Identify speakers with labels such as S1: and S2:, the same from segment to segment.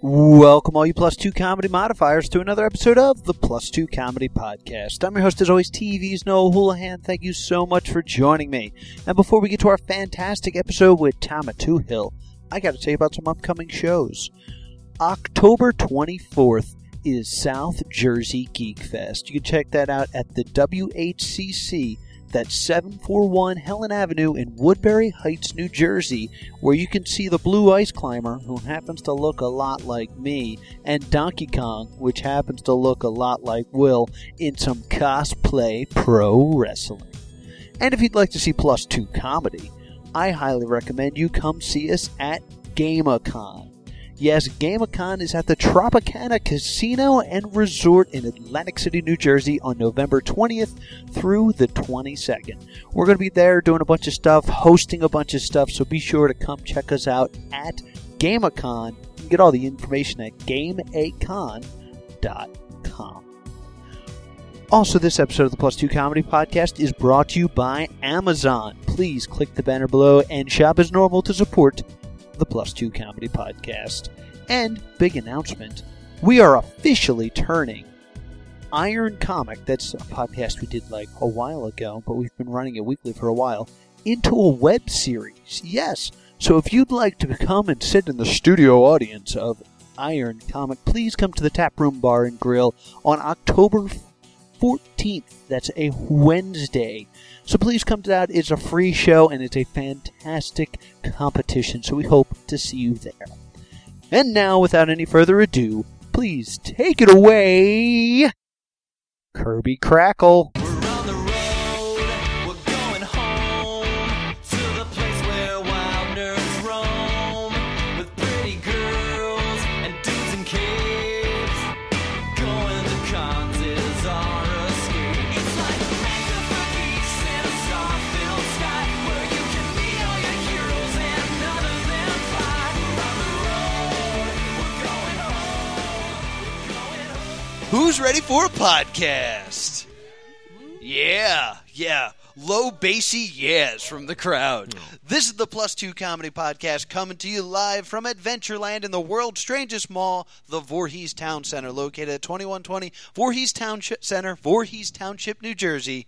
S1: Welcome, all you plus two comedy modifiers, to another episode of the Plus Two Comedy Podcast. I'm your host, as always, TV's Noah Houlihan. Thank you so much for joining me. And before we get to our fantastic episode with Tama Hill, I got to tell you about some upcoming shows. October 24th is South Jersey Geek Fest. You can check that out at the WHCC. That's 741 Helen Avenue in Woodbury Heights, New Jersey, where you can see the Blue Ice Climber, who happens to look a lot like me, and Donkey Kong, which happens to look a lot like Will, in some cosplay pro wrestling. And if you'd like to see Plus 2 comedy, I highly recommend you come see us at GameCon. Yes, GameCon is at the Tropicana Casino and Resort in Atlantic City, New Jersey on November 20th through the 22nd. We're going to be there doing a bunch of stuff, hosting a bunch of stuff, so be sure to come check us out at GameCon. You can get all the information at GameACon.com. Also, this episode of the Plus Two Comedy Podcast is brought to you by Amazon. Please click the banner below and shop as normal to support the Plus Two Comedy Podcast. And big announcement we are officially turning Iron Comic, that's a podcast we did like a while ago, but we've been running it weekly for a while, into a web series. Yes. So if you'd like to come and sit in the studio audience of Iron Comic, please come to the Tap Room Bar and Grill on October 14th. That's a Wednesday. So please come to that. It's a free show and it's a fantastic competition. So we hope to see you there. And now, without any further ado, please take it away, Kirby Crackle.
S2: We're on the road, we're going home to the place where wild nerds roam with pretty girls and dudes in capes. Going to cons is our escape. It's like a Vancouver beach in a star-filled sky where you can meet all your heroes and none of them fly. We're on the road, we're going home, we're going home.
S3: Who's ready for a podcast? Yeah, yeah. Low bassy yes from the crowd. This is the Plus Two Comedy Podcast coming to you live from Adventureland in the world's strangest mall, the Voorhees Town Center, located at 2120 Voorhees Township Center, Voorhees Township, New Jersey,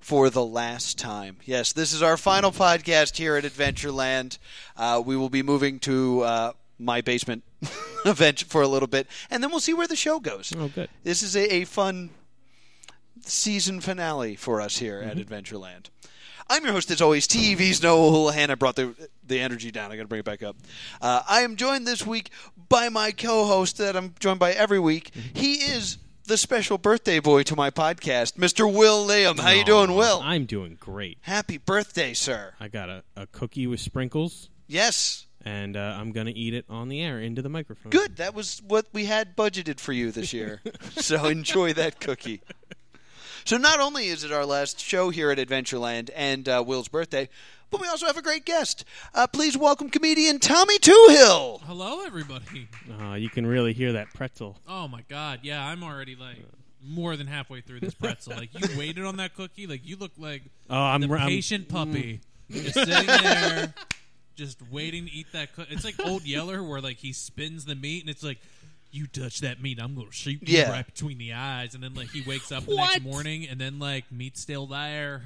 S3: for the last time. Yes, this is our final podcast here at Adventureland. Uh, we will be moving to uh, my basement event for a little bit, and then we'll see where the show goes.
S4: Oh, good.
S3: This is a, a fun season finale for us here at Adventureland. I'm your host, as always, TV's Noah Houlihan. I brought the the energy down. I got to bring it back up. Uh, I am joined this week by my co-host that I'm joined by every week. He is the special birthday boy to my podcast, Mr. Will Liam. How you doing, Will?
S4: I'm doing great.
S3: Happy birthday, sir.
S4: I got a, a cookie with sprinkles,
S3: Yes.
S4: and uh, I'm gonna eat it on the air into the microphone.
S3: Good. That was what we had budgeted for you this year. so enjoy that cookie. So not only is it our last show here at Adventureland and uh, Will's birthday, but we also have a great guest. Uh, please welcome comedian Tommy Toohill.
S5: Hello, everybody.
S4: Uh, you can really hear that pretzel.
S5: Oh my God. Yeah, I'm already like more than halfway through this pretzel. like you waited on that cookie. Like you look like
S4: Oh, I'm
S5: the
S3: Um,
S4: I'm-
S5: patient puppy,
S3: mm.
S5: just sitting there, just waiting to eat that cookie. It's like Old Yeller, where like he spins the meat, and it's like. You touch that meat, I'm gonna shoot you
S3: Yeah.
S5: right between the eyes, and then like he wakes up the next morning, and then like meat's still there,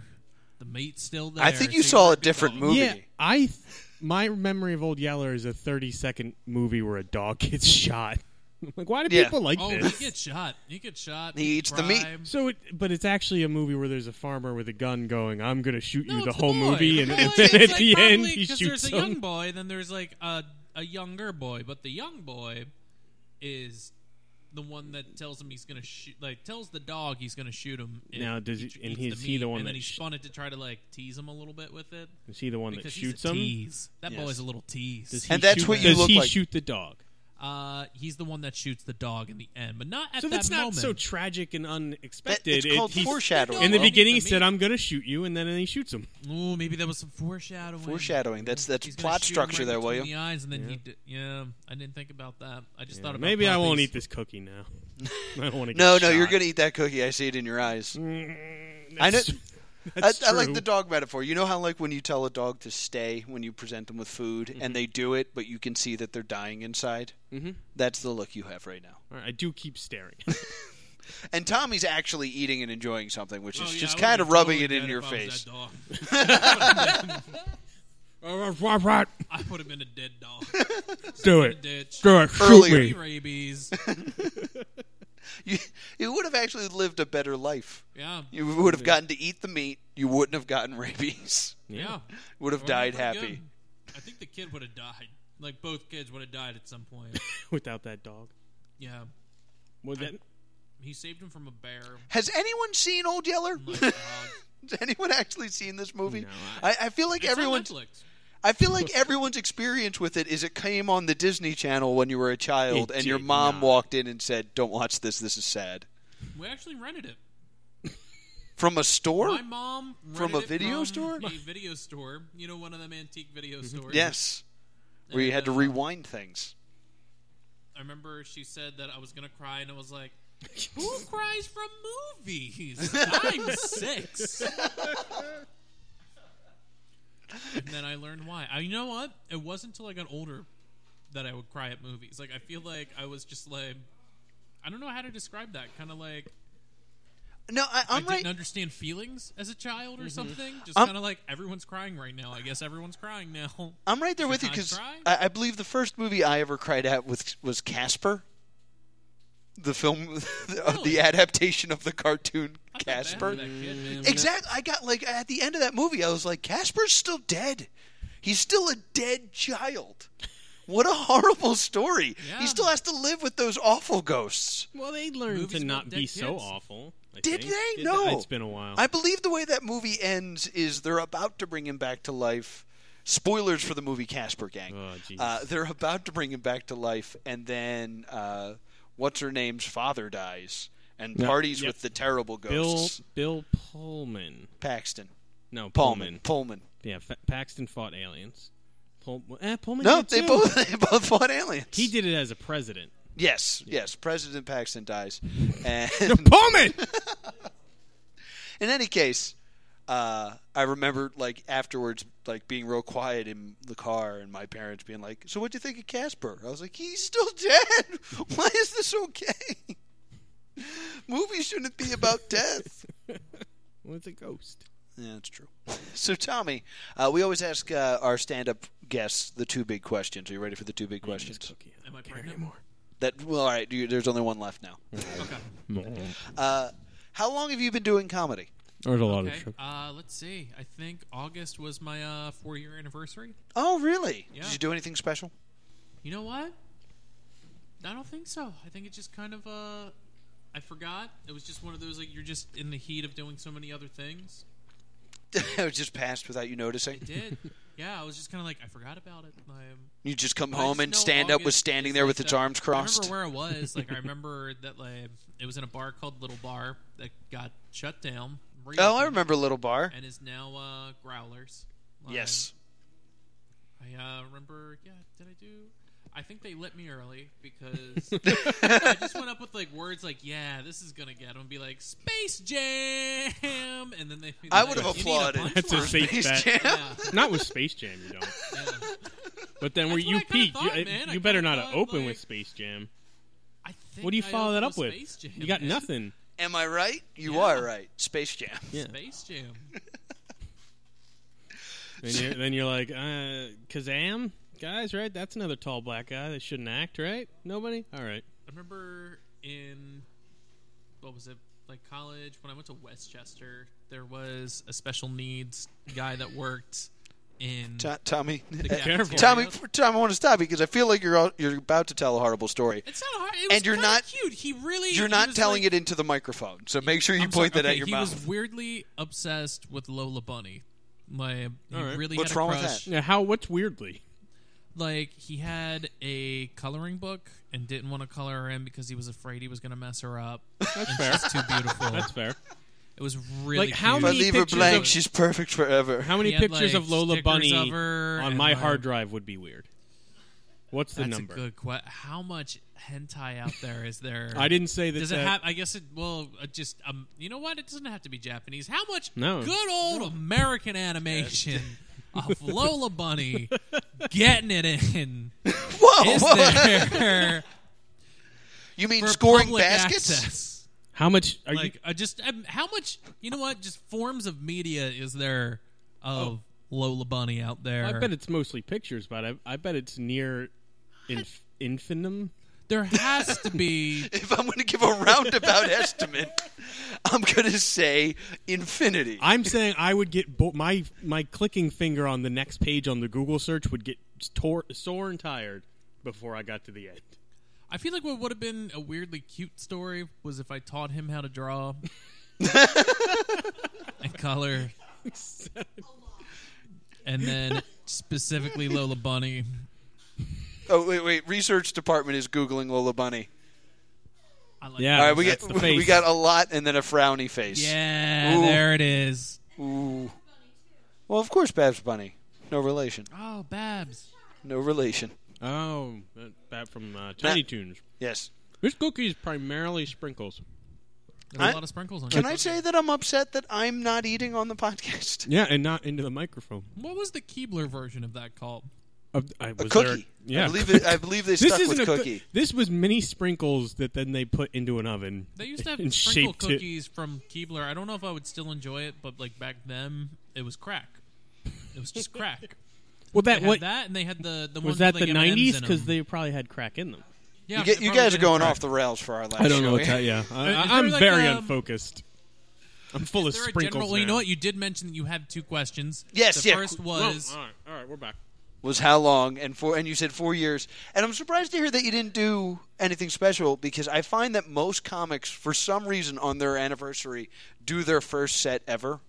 S5: the meat's still there.
S3: I think you
S5: So
S3: saw a
S5: might be
S3: different
S5: going-
S3: movie.
S4: Yeah, I. Th- my memory of Old Yeller is a 30 second movie where a dog gets shot. I'm like, why do
S3: Yeah.
S4: people like
S5: Oh,
S4: this?
S5: he gets shot. He gets shot.
S3: He eats the meat.
S5: bribed.
S4: so, it, but it's actually a movie where there's a farmer with a gun going, "I'm gonna shoot you
S5: No,
S4: the
S5: it's
S4: whole
S5: boy.
S4: movie," and,
S5: Well,
S4: and
S5: it's
S4: then at
S5: like
S4: the
S5: probably
S4: end he
S5: 'cause
S4: shoots
S5: There's a
S4: him.
S5: young boy, then there's like a a younger boy, but the young boy is the one that tells him he's gonna shoot, like tells the dog he's gonna shoot him. if
S4: Now, does he- and
S5: eats
S4: he's- he the
S5: meat,
S4: one
S5: and then
S4: that
S5: he
S4: sh-
S5: spun it to try to like tease him a little bit with it?
S4: Is he the one that
S5: Because
S4: shoots
S5: he's a
S4: him?
S5: tease. That
S3: Yes.
S5: boy's a little tease.
S4: Does he
S3: And that's
S4: shoot-
S3: what you
S4: does
S3: look
S4: he
S3: like.
S4: shoot the dog?
S5: uh, he's the one that shoots the dog in the end, but not at
S4: so
S5: that
S4: that's not
S5: moment.
S4: so tragic and
S3: That,
S4: unexpected.
S3: it's
S4: It-
S3: called
S4: he's-
S3: foreshadowing.
S4: In the
S3: Will.
S5: beginning-
S4: beginning, he
S5: The
S4: said,
S5: meat.
S4: "I'm gonna shoot you," and then he shoots him.
S5: Ooh, maybe that was some foreshadowing.
S3: Foreshadowing. That's- that's
S5: He's gonna
S3: plot
S5: shoot him
S3: structure
S5: right
S3: there, William.
S5: between The eyes, and then he. Did, yeah, I didn't think about that. I just thought about
S4: Maybe I won't
S5: puppies.
S4: eat this cookie now. I don't want to.
S3: Mm, no, no, you're gonna eat that cookie. I see it in your eyes. I know. I,
S4: That's
S3: I like
S4: true.
S3: the dog metaphor. You know how like when you tell a dog to stay when you present them with food and they do it, but you can see that they're dying inside. Mm-hmm. That's the look you have right now.
S4: All right, I do keep staring.
S3: And Tommy's actually eating and enjoying something, which is
S5: Oh, yeah,
S3: just
S5: I would've
S3: kind of rubbing
S5: totally
S3: it in
S5: dead
S3: your
S5: if I was
S3: face.
S5: that dog.
S4: do
S5: I would have been a dead dog.
S4: it.
S5: Ditch.
S4: Do it. Shoot
S3: Earlier.
S4: me.
S5: Rabies.
S3: You, you would have actually lived a better life.
S5: Yeah.
S3: You would have gotten to eat the meat. You wouldn't have gotten rabies.
S5: Yeah.
S3: Would have
S5: Well,
S3: died
S5: pretty
S3: happy.
S5: good. I think the kid would have died. Like both kids would have died at some point.
S4: Without that dog.
S5: Yeah.
S4: Well, then,
S5: He saved him from a bear.
S3: Has anyone seen Old Yeller?
S5: Like,
S3: Has
S5: dog.
S3: anyone actually seen this movie?
S4: No,
S3: I, I feel like
S5: It's on
S3: everyone's.
S5: Netflix.
S3: I feel like everyone's experience with it is it came on the Disney Channel when you were a child,
S4: It
S3: and your
S4: did
S3: mom
S4: not.
S3: walked in and said, "Don't watch this. This is sad."
S5: We actually rented it.
S3: From a store?
S5: My mom rented
S3: From a
S5: it
S3: video
S5: from
S3: store?
S5: A video store. You know, one of them antique video
S4: Mm-hmm.
S5: stores.
S3: Yes, where you
S5: And,
S3: had to
S5: uh,
S3: rewind things.
S5: I remember she said that I was gonna cry, and I was like, "Who cries from movies?" I'm six. and then I learned why. I, you know what? It wasn't until I got older that I would cry at movies. Like I feel like I was just like, I don't know how to describe that. Kind of like
S3: No, I,
S5: I
S3: I'm
S5: didn't
S3: right. Mm-hmm.
S5: understand feelings as a child or something. Just
S3: I'm-
S5: kind of like everyone's crying right now. I guess everyone's crying now.
S3: I'm right there with you
S5: I
S3: because
S5: cry?
S3: I, I believe the first movie I ever cried at with was Casper, the film, of the
S5: Really?
S3: adaptation of the cartoon
S5: I felt bad for
S3: Casper.
S5: that kid, man.
S3: Exactly. I got like at the end of that movie, I was like, Casper's still dead. He's still a dead child. What a horrible story.
S5: Yeah.
S3: He still has to live with those awful ghosts.
S4: well, they learned
S5: Movies
S4: to not
S5: about
S4: be
S5: dead
S4: so
S5: kids.
S4: awful. I
S3: Did
S4: think.
S3: they?
S4: Did-
S3: No.
S4: It's been a while.
S3: I believe the way that movie ends is they're about to bring him back to life. Spoilers for the movie Casper Gang.
S4: Oh, jeez.
S3: uh, they're about to bring him back to life, and then uh, what's her name's father dies and
S4: Yeah.
S3: parties
S4: Yep.
S3: with the terrible
S4: Bill
S3: ghosts.
S4: Bill Pullman.
S3: Paxton.
S4: No,
S3: Pullman. Pullman.
S4: Pullman. Yeah, Fa- Paxton fought aliens. Pull- eh, Pullman.
S3: No,
S4: did
S3: they
S4: too.
S3: both they both fought aliens.
S4: He did it as a president.
S3: Yes, yes. President Paxton dies, and
S4: Pullman.
S3: in any case, uh, I remember like afterwards, like being real quiet in the car, and my parents being like, "So what do you think of Casper?" I was like, "He's still dead. Why is this okay? Movies shouldn't be about death."
S4: well, it's a ghost.
S3: Yeah, that's true. So, Tommy, uh, we always ask uh, our stand-up guests the two big questions. Are you ready for the two big questions?
S4: Cookie.
S5: Am I
S4: Don't care
S5: pregnant?
S3: That well, all right. You, there's only one left now.
S4: anymore.
S3: Uh, how long have you been doing comedy?
S4: There's a lot
S5: Okay.
S4: of sugar.
S5: Uh, let's see. I think August was my uh, four-year anniversary.
S3: Oh, really?
S5: Yeah.
S3: Did you do anything special?
S5: You know what? I don't think so. I think it just kind of uh, I forgot. It was just one of those like you're just in the heat of doing so many other things.
S3: it was just passed without you noticing.
S5: Did yeah, I was just kind of like I forgot about it. I,
S3: You just come
S5: I
S3: home
S5: just
S3: and
S5: know
S3: stand up with
S5: August
S3: standing
S5: is
S3: there
S5: like
S3: with its
S5: the-
S3: arms
S5: I
S3: crossed.
S5: remember where I was. Like I remember that like it was in a bar called Little Bar that got shut down.
S3: Oh, I
S5: reopened,
S3: remember Little Bar.
S5: And is now uh, Growlers. Um,
S3: Yes.
S5: I uh, remember. Yeah, did I do? I think they lit me early because I just went up with like words like, "Yeah, this is gonna get them." Be like, "Space Jam," and then they.
S3: I
S5: like,
S3: would have
S5: "You need a
S3: applauded.
S5: punchline."
S4: That's a safe
S3: Space
S4: bet.
S3: Jam.
S5: Yeah,
S4: Not with Space Jam, you don't.
S5: yeah.
S4: But then where
S5: That's what
S4: you
S5: I kinda
S4: peaked,
S5: thought,
S4: you, uh,
S5: man. I
S4: you better
S5: kinda
S4: not
S5: thought,
S4: open
S5: like-
S4: with Space Jam.
S5: I think
S4: What do you
S5: I
S4: follow that
S5: opened
S4: up with?
S5: Space Jam,
S4: you got
S5: man.
S4: nothing.
S3: Am I right? You
S5: Yeah.
S3: are right. Space Jam.
S4: Yeah.
S5: Space Jam.
S4: Then you're, then you're like, uh, Kazam, guys, right? That's another tall black guy that shouldn't act, right? Nobody. All right.
S5: I remember in what was it like college when I went to Westchester, there was a special needs guy that worked in.
S3: To- Tommy.
S5: cafeteria.
S3: Tommy, Tom, I want to stop you because I feel like you're all, you're about to tell a horrible story.
S5: It's not hard. It was
S3: And you're
S5: kinda
S3: not-
S5: cute. He really.
S3: You're
S5: he
S3: not
S5: was
S3: telling
S5: like,
S3: it into the microphone, so make sure you
S5: I'm
S3: point
S5: sorry,
S3: that
S5: okay,
S3: at your
S5: he
S3: mouth.
S5: was weirdly obsessed with Lola Bunny. Like, he
S4: All right.
S5: really
S3: What's
S5: had a
S3: wrong with
S5: crush.
S4: Now, how? What's weirdly?
S5: Like, he had a coloring book and didn't want to color her in because he was afraid he was going to mess her up.
S4: That's fair.
S5: It's too beautiful.
S4: That's fair.
S5: it was really
S4: Like, how
S3: if
S5: cute.
S3: I
S4: many
S3: leave her
S4: pictures
S3: blank,
S4: of-
S3: she's perfect forever.
S4: How many
S5: He had,
S4: pictures
S5: like,
S4: of Lola
S5: stickers
S4: Bunny
S5: of her
S4: on
S5: and,
S4: my
S5: like-
S4: hard drive would be weird? What's the
S5: That's
S4: number?
S5: a good question. How much? hentai out there is there?
S4: I didn't say that.
S5: Does it
S4: that-
S5: have? I guess it. Well, uh, just um, you know what? It doesn't have to be Japanese. How much
S4: No.
S5: good old American animation of Lola Bunny getting it in
S3: Whoa!
S5: is
S3: Oh, whoa.
S5: there
S3: you mean
S5: for
S3: scoring
S5: public
S3: baskets?
S5: access?
S4: How much are
S5: like,
S4: you?
S5: uh, just um, how much? You know what? Just forms of media is there
S3: Oh.
S5: of Lola Bunny out there?
S4: I bet it's mostly pictures, but I, I bet it's near inf- infinitum.
S5: there has to be
S3: If I'm going to give a roundabout estimate, I'm going to say infinity.
S4: I'm saying I would get bo- my my clicking finger on the next page on the Google search would get tor- sore and tired before I got to the end.
S5: I feel like what would have been a weirdly cute story was if I taught him how to draw and color. and then specifically Lola Bunny.
S3: oh wait, wait. Research department is googling Lola Bunny.
S5: I like
S4: Yeah,
S3: All right, we
S4: that's
S3: got
S4: the face.
S3: we got a lot and then a frowny face.
S5: Yeah,
S3: Ooh.
S5: there it is.
S3: Ooh. Well, of course, Babs Bunny. No relation.
S5: Oh, Babs.
S3: No relation.
S4: oh that, that from uh, Tiny Toons.
S3: Yes.
S4: This cookie is primarily sprinkles.
S5: There's
S3: I-
S5: a lot of sprinkles on
S3: Can
S5: it.
S3: I say that I'm upset that I'm not eating on the podcast?
S4: Yeah, and not into the microphone.
S5: What was the Keebler version of that called?
S4: Of- I, was
S3: A cookie.
S4: There, yeah,
S3: I believe it, I believe they
S4: this
S3: stuck with
S4: isn't a coo-
S3: cookie.
S4: this was mini sprinkles that then they put into an oven.
S5: They used to
S4: and
S5: have sprinkle
S4: shaped it.
S5: cookies from Keebler. I don't know if I would still enjoy it, but like back then, it was crack. It was just crack.
S4: Well,
S5: They
S4: that
S5: had
S4: what
S5: that, and they had the the
S4: was
S5: ones
S4: that
S5: with, like,
S4: the
S5: M&Ms
S4: nineties
S5: in
S4: because
S5: them.
S4: they probably had crack in them.
S5: Yeah,
S3: you, get,
S5: they
S3: you
S5: probably
S3: guys are
S5: did
S3: going
S5: have
S3: off the rails for our last
S4: I don't know
S3: show
S4: what's
S3: here.
S4: that. Yeah, I,
S5: Is
S4: I,
S5: there
S4: I'm
S5: like,
S4: very
S5: um,
S4: unfocused. I'm full of
S5: Is there a
S4: sprinkles.
S5: general- well, you
S4: now.
S5: know what? You did mention that you had two questions.
S3: Yes,
S5: the
S3: yeah.
S5: first
S4: Well, uh,
S5: was
S4: all right, all right, we're back.
S3: was how long and four and you said four years and i'm surprised to hear that you didn't do anything special because i find that most comics for some reason on their anniversary do their first set ever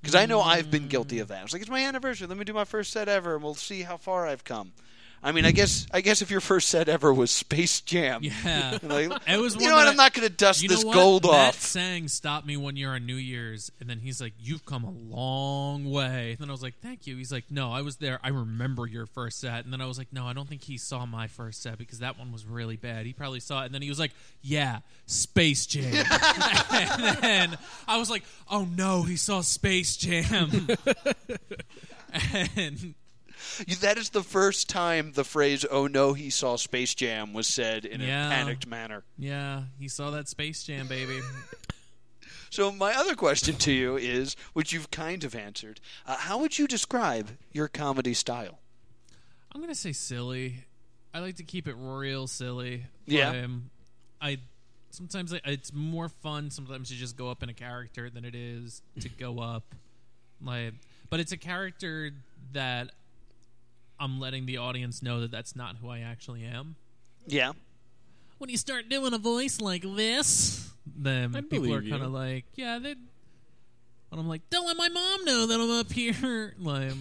S3: because i know i've been guilty of that i was like it's my anniversary let me do my first set ever and we'll see how far i've come i mean i guess i guess if your first set ever was space jam
S5: yeah.
S3: like,
S5: It was
S3: you
S5: one
S3: know what
S5: that
S3: i'm not going to dust
S5: you know
S3: this
S5: what?
S3: gold
S5: Matt
S3: off
S5: Sang stopped me one year on New Year's, and then he's like, "You've come a long way." And then I was like, "Thank you." He's like, "No, I was there. I remember your first set." And then I was like, "No, I don't think he saw my first set because that one was really bad. He probably saw it." And then he was like, "Yeah, Space Jam." and then I was like, "Oh no, he saw Space Jam." and
S3: You- that is the first time the phrase oh no he saw space jam was said in
S5: Yeah.
S3: a panicked manner
S5: yeah, he saw that Space Jam, baby.
S3: So my other question to you is, which you've kind of answered, uh, how would you describe your comedy style?
S5: I'm gonna say silly. I like to keep it real silly.
S3: Yeah.
S5: Um, I sometimes I, it's more fun sometimes to just go up in a character than it is to go up. Like, but it's a character that I'm letting the audience know that that's not who I actually am.
S3: Yeah.
S5: When you start doing a voice like this, then
S4: I'd
S5: people are
S4: believe you.
S5: kind of like, yeah, they. But I'm like, don't let my mom know that I'm up here. Like,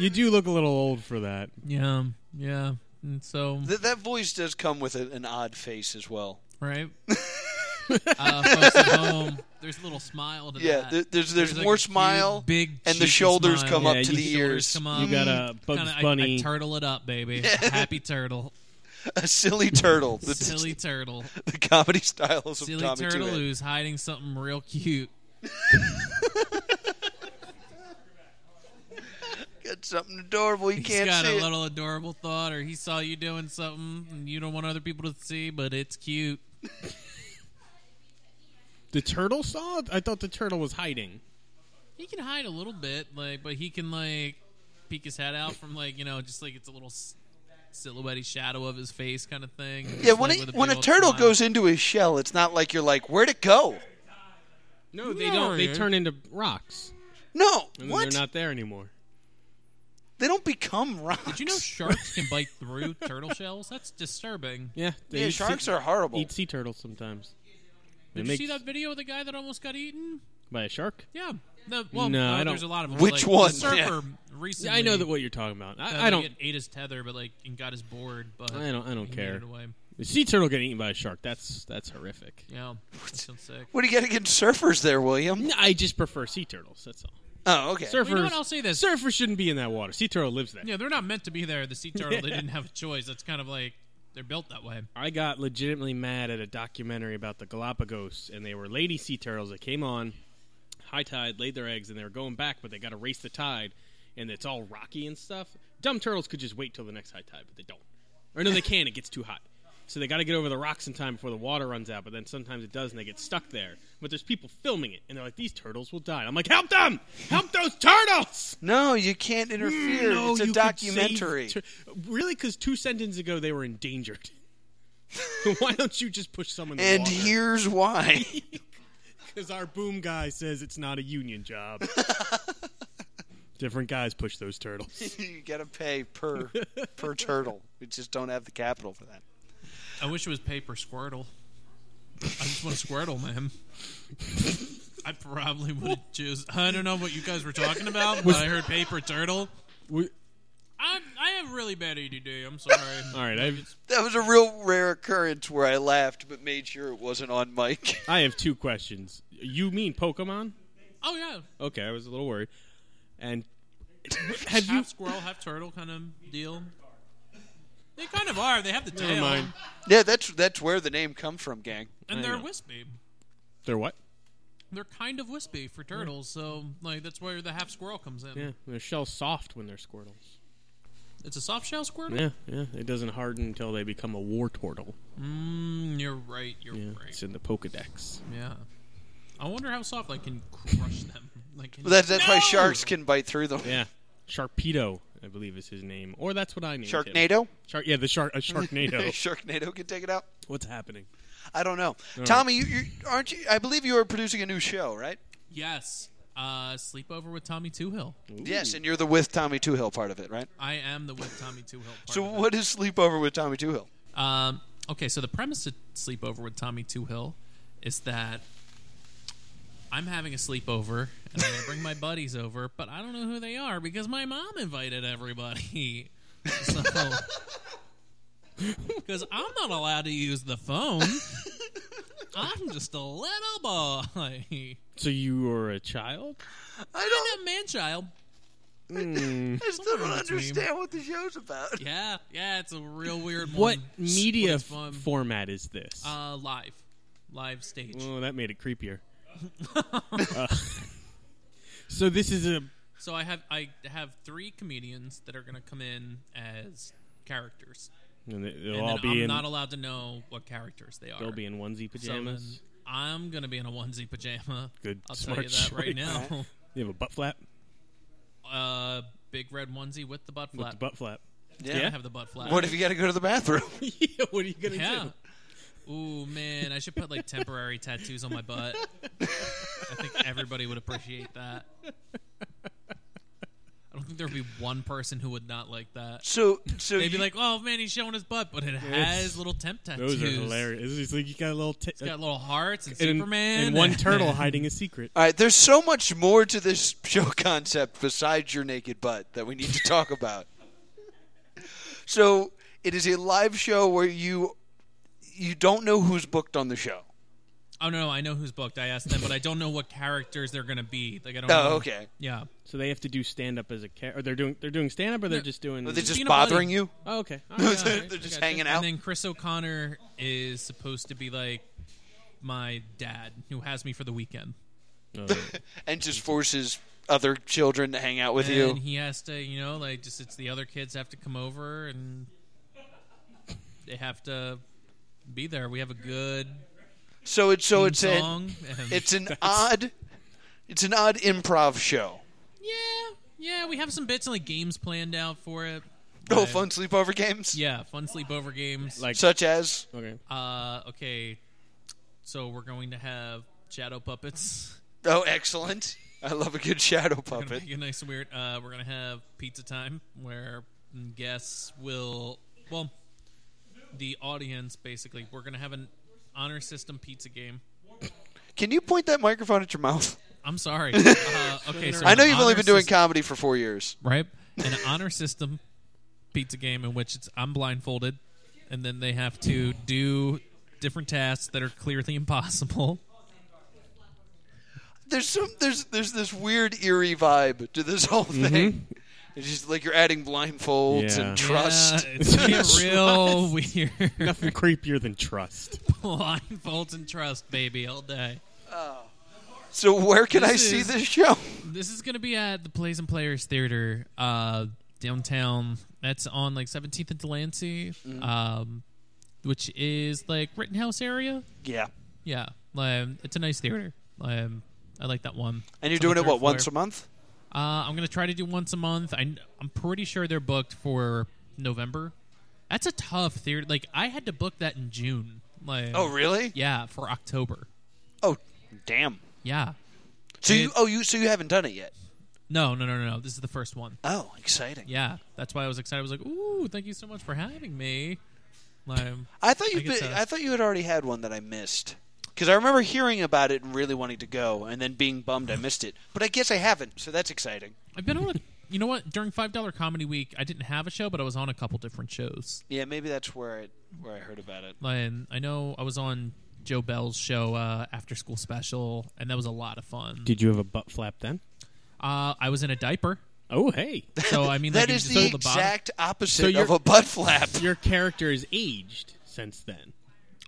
S4: You do look a little old for that.
S5: yeah, yeah. And so
S3: Th- that voice does come with a- an odd face as well.
S5: right? uh, folks at home, there's a little smile to
S3: Yeah,
S5: that.
S3: there- there's- there's
S5: like
S3: more
S5: a huge,
S3: smile,
S5: big
S3: and the
S5: cheeky
S3: shoulders
S5: smile.
S3: come
S4: Yeah,
S3: up to
S4: you-
S3: the
S5: Shoulders
S3: ears.
S5: come
S4: You
S5: up.
S4: got a Bugs
S5: Kinda- I- I,
S4: Bunny.
S5: turtle it up, baby. Happy turtle,
S3: A silly turtle. The,
S5: silly turtle,
S3: the comedy styles of
S5: silly
S3: Tommy
S5: turtle
S3: Two-Head.
S5: who's hiding something real cute.
S3: Got something adorable you
S5: He's
S3: can't
S5: got
S3: see.
S5: a
S3: it.
S5: little adorable thought, or he saw you doing something and you don't want other people to see, but it's cute.
S4: The turtle saw. it? I thought the turtle was hiding.
S5: He can hide a little bit, like, but he can like peek his head out from like you know just like it's a little s- silhouette shadow of his face kind of thing.
S3: yeah,
S5: Just,
S3: when
S5: like,
S3: a,
S5: with
S3: when a
S5: big old
S3: turtle
S5: smile.
S3: goes into his shell, it's not like you're like, where'd it go?
S4: No, they don't. They
S5: yeah.
S4: turn into rocks.
S3: No,
S4: And then
S3: what?
S4: They're not there anymore.
S3: they don't become rocks.
S5: Did you know sharks can bite through turtle shells? That's disturbing.
S4: Yeah, they
S3: yeah,
S4: eat
S3: sharks
S4: sea,
S3: are horrible.
S4: eat sea turtles sometimes. They
S5: Did you
S4: make
S5: see that video of the guy that almost got eaten?
S4: by a shark.
S5: Yeah. No, well,
S4: No,
S5: uh,
S4: I
S5: there's a
S4: don't-
S5: lot of them.
S3: Which
S5: like,
S3: one?
S5: The surfer recently.
S4: I know that what you're talking about.
S5: uh,
S4: I, I
S5: like,
S4: don't.
S5: ate his tether, but like and got his board. But
S4: I don't. I don't
S5: he made
S4: care.
S5: it away.
S4: The sea turtle getting eaten by a shark. That's that's horrific.
S5: Yeah, that's so sick.
S3: What do you got against surfers there, William?
S4: No, I just prefer sea turtles. That's all.
S3: Oh, okay.
S4: Surfers.
S5: Well, you know what? I'll say this.
S4: Surfers shouldn't be in that water. Sea turtle lives there.
S5: Yeah, they're not meant to be there. The sea turtle. They didn't have a choice. That's kind of like They're built that way.
S4: I got legitimately mad at a documentary about the Galapagos, and they were lady sea turtles that came on, high tide, laid their eggs, and they were going back, but they got to race the tide, and it's all rocky and stuff. Dumb turtles could just wait till the next high tide, but they don't. Or no, they can. It gets too hot, so they got to get over the rocks in time before the water runs out. But then sometimes it does, and they get stuck there. But there's people filming it, and they're like, "These turtles will die." And I'm like, "Help them! Help those turtles!"
S3: No, you can't interfere.
S4: Mm, No,
S3: it's a
S4: you could save
S3: documentary.
S4: tur- really, because two sentences ago they were endangered. Why don't you just push someone?
S3: and here's why.
S4: because our boom guy says it's not a union job. Different guys push those turtles.
S3: you gotta pay per per turtle. We just don't have the capital for that.
S5: I wish it was paper Squirtle. I just want a Squirtle, man. I probably would have choose. I don't know what you guys were talking about, but I heard paper turtle.
S4: We-
S5: I'm, I have really bad ADD. I'm sorry.
S4: all right, I've,
S3: That was a real rare occurrence where I laughed but made sure it wasn't on mic.
S4: I have two questions. You mean Pokemon?
S5: Oh yeah,
S4: Okay, I was a little worried. And have you?
S5: half squirrel, half turtle kind of deal. They kind of are. They have the tail,
S4: Never mind.
S3: yeah, that's that's where the name comes from, gang.
S5: and
S4: I
S5: they're
S4: know.
S5: wispy.
S4: They're what?
S5: They're kind of wispy for turtles, so like that's where the half squirrel comes in.
S4: Yeah, their shell's soft when they're Squirtles.
S5: It's a soft shell squirtle.
S4: Yeah, yeah. It doesn't harden until they become a war turtle.
S5: Mm, you're right. You're
S4: Yeah,
S5: right.
S4: it's in the Pokedex.
S5: Yeah. I wonder how soft I can crush them. Like can
S3: But that, that's why
S5: No!
S3: sharks can bite through them.
S4: Yeah, Sharpedo, I believe is his name, or that's what I named him.
S3: Sharknado?
S4: Shark, yeah, the shark, a Sharknado.
S3: Sharknado can take it out.
S4: What's happening?
S3: I don't know. Tommy, you, you aren't you? I believe you are producing a new show, right?
S5: Yes. Uh, sleepover with Tommy Two Hill.
S3: Yes, and you're the with Tommy Two Hill part of it, right?
S5: I am the with Tommy Two Hill. Part
S3: So
S5: of it.
S3: what is sleepover with Tommy Two Hill?
S5: Um, okay, so the premise to sleepover with Tommy Two Hill is that I'm having a sleepover and I'm gonna bring my buddies over, but I don't know who they are because my mom invited everybody. So because I'm not allowed to use the phone. I'm just a little boy.
S4: So you were a child?
S3: I
S5: I'm a man child.
S3: I still
S5: Somewhere
S3: don't
S5: in between.
S3: understand what the show's about.
S5: Yeah, yeah, it's a real weird one.
S4: What
S5: but
S4: media
S5: it's fun.
S4: f- format is this?
S5: uh, live, live stage.
S4: oh, that made it creepier. Uh, so this is a
S5: So I have I have three comedians that are going to come in as characters,
S4: and they- they'll
S5: and
S4: all
S5: then
S4: be
S5: I'm
S4: in
S5: not allowed to know what characters they are.
S4: they'll be in onesie
S5: So then
S4: pajamas.
S5: I'm going to be in a onesie pajama.
S4: Good,
S5: I'll
S4: smart
S5: tell you that right
S4: choice.
S5: now.
S4: they have a butt flap
S5: Uh, big red onesie with the butt
S4: with
S5: flap.
S4: the butt flap.
S5: I
S4: yeah?
S5: have the butt flap.
S3: What if you got to go to the bathroom?
S4: yeah, what are you gonna
S5: yeah. Ooh man, I should put like temporary tattoos on my butt. I think everybody would appreciate that. I don't think there would be one person who would not like that.
S3: So, so
S5: They'd be
S3: you-
S5: like, "Oh man, he's showing his butt, but it has little temp tattoos.
S4: Those are hilarious. It's like you got a little t-
S5: It's got little hearts and,
S4: and,
S5: Superman
S4: and one turtle hiding a secret.
S3: all right, there's so much more to this show concept besides your naked butt that we need to talk about. So, it is a live show where you you don't know who's booked on the show.
S5: Oh no, no, I know who's booked. I asked them, but I don't know what characters they're gonna be. Like I don't. know.
S3: Oh, okay.
S5: Yeah,
S4: So they have to do stand up as a character. Or they're doing they're doing stand up, or they're
S5: No,
S4: just doing.
S3: Are they just
S5: Peanut
S3: bothering
S5: butter.
S3: you?
S4: oh, okay. All
S3: They're
S4: right, all right.
S3: just
S4: I gotcha.
S3: hanging out.
S5: and then Chris O'Connor is supposed to be like my dad, who has me for the weekend.
S3: and just forces other children to hang out with
S5: and
S3: you.
S5: he has to, you know, like just it's the other kids have to come over and they have to be there. We have a good
S3: So it's so
S5: theme
S3: it's a,
S5: song. and-
S3: it's an odd it's an odd improv show.
S5: yeah, yeah. We have some bits and like games planned out for it.
S3: No
S5: Like,
S3: fun sleepover games.
S5: Yeah, fun sleepover games.
S4: Like
S3: Such as
S4: okay.
S5: uh, okay, so we're going to have shadow puppets.
S3: oh, excellent. I love a good shadow
S5: We're gonna
S3: puppet.
S5: make it nice and weird. Uh, we're gonna have pizza time where guests will, well, the audience basically. We're gonna have an honor system pizza game.
S3: Can you point that microphone at your mouth?
S5: I'm sorry. Uh, okay, so
S3: I know
S5: an
S3: you've only
S5: honor
S3: been doing
S5: system,
S3: comedy for four years.
S5: right an honor system pizza game in which it's I'm blindfolded, and then they have to do different tasks that are clearly impossible.
S3: There's some there's there's this weird eerie vibe to this whole thing. It's just like you're adding blindfolds
S4: Yeah.
S3: and trust.
S5: Yeah, Uh, it's gonna get real weird.
S4: Nothing creepier than trust.
S5: Blindfolds and trust, baby, all day.
S3: So where can I
S5: This
S3: see
S5: is-
S3: this show?
S5: This is gonna be at the Plays and Players Theater, uh, downtown. That's on like 17th and Delancey,
S3: Mm-hmm.
S5: um, which is like Rittenhouse area.
S3: Yeah.
S5: Yeah, um, it's a nice theater. Um, I like that one.
S3: And you're
S5: It's on
S3: doing
S5: the
S3: it
S5: third
S3: what once
S5: floor.
S3: a month?
S5: Uh, I'm gonna try to do once a month. I, am pretty sure they're booked for November. That's a tough theater. Like I had to book that in June. Like
S3: Oh really?
S5: yeah, for October.
S3: Oh, damn.
S5: Yeah.
S3: So you
S5: It's-
S3: oh you so you haven't done it yet?
S5: No, no, no, no, no. This is the first one.
S3: Oh, exciting.
S5: Yeah, that's why I was excited. I was like, "Ooh, thank you so much for having me." Like,
S3: I thought you
S5: I guess
S3: been,
S5: so.
S3: I thought you had already had one that I missed because I remember hearing about it and really wanting to go and then being bummed I missed it. But I guess I haven't, so that's exciting.
S5: I've been on. A, you know what? During five dollar comedy week, I didn't have a show, but I was on a couple different shows.
S3: Yeah, maybe that's where it where I heard about it.
S5: Like, I know I was on Joe Bell's show uh, after school special, and that was a lot of fun.
S4: Did you have a butt flap then?
S5: Uh, I was in a diaper.
S4: Oh, hey.
S5: So I mean,
S3: That
S5: like, you
S3: is
S5: just
S3: the
S5: hold bottom-
S3: exact
S4: So
S3: opposite
S4: you're-
S3: of a butt flap.
S4: Your character is aged since then.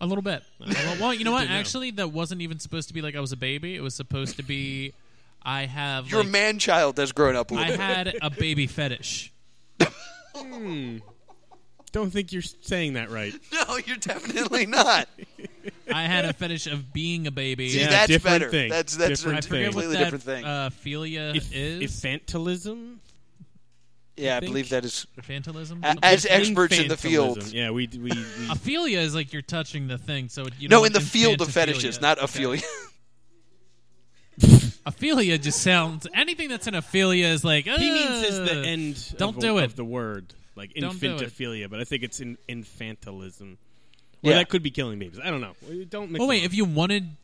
S5: a little bit. well, well, you know what?
S4: know.
S5: Actually, that wasn't even supposed to be like I was a baby. It was supposed to be I have
S3: Your
S5: like,
S3: man child has grown up a
S5: I
S3: little bit.
S5: had a baby fetish.
S4: Don't think you're saying that right.
S3: No, you're definitely not.
S5: I had a fetish of being a baby.
S4: Yeah,
S3: that's
S4: different
S3: better.
S4: thing.
S3: That's that's
S4: Different
S3: a
S4: thing.
S5: forget what
S3: completely
S5: that,
S3: different thing.
S5: Uh, philia
S4: If,
S5: is
S4: infantilism?
S3: yeah, I
S4: think-
S3: believe that is
S5: infantilism.
S3: A- as
S5: a,
S3: experts in the
S4: Infantilism.
S3: field.
S4: Yeah, we we, we
S5: philia is like you're touching the thing. So you
S3: No,
S5: know
S3: in the field of fetishes, not Ophelia.
S5: Ophelia just sounds anything that's an Ophelia is like
S4: he means is the
S5: "Ugh."
S4: end
S5: Don't
S4: of,
S5: do
S4: of
S5: it.
S4: the word like
S5: Don't do it.
S4: infantophilia, but I think it's in, infantilism. Well,
S3: Yeah.
S4: that could be killing babies. I don't know. Well, Don't mix
S5: Well, Oh, wait,
S4: them
S5: if you wanted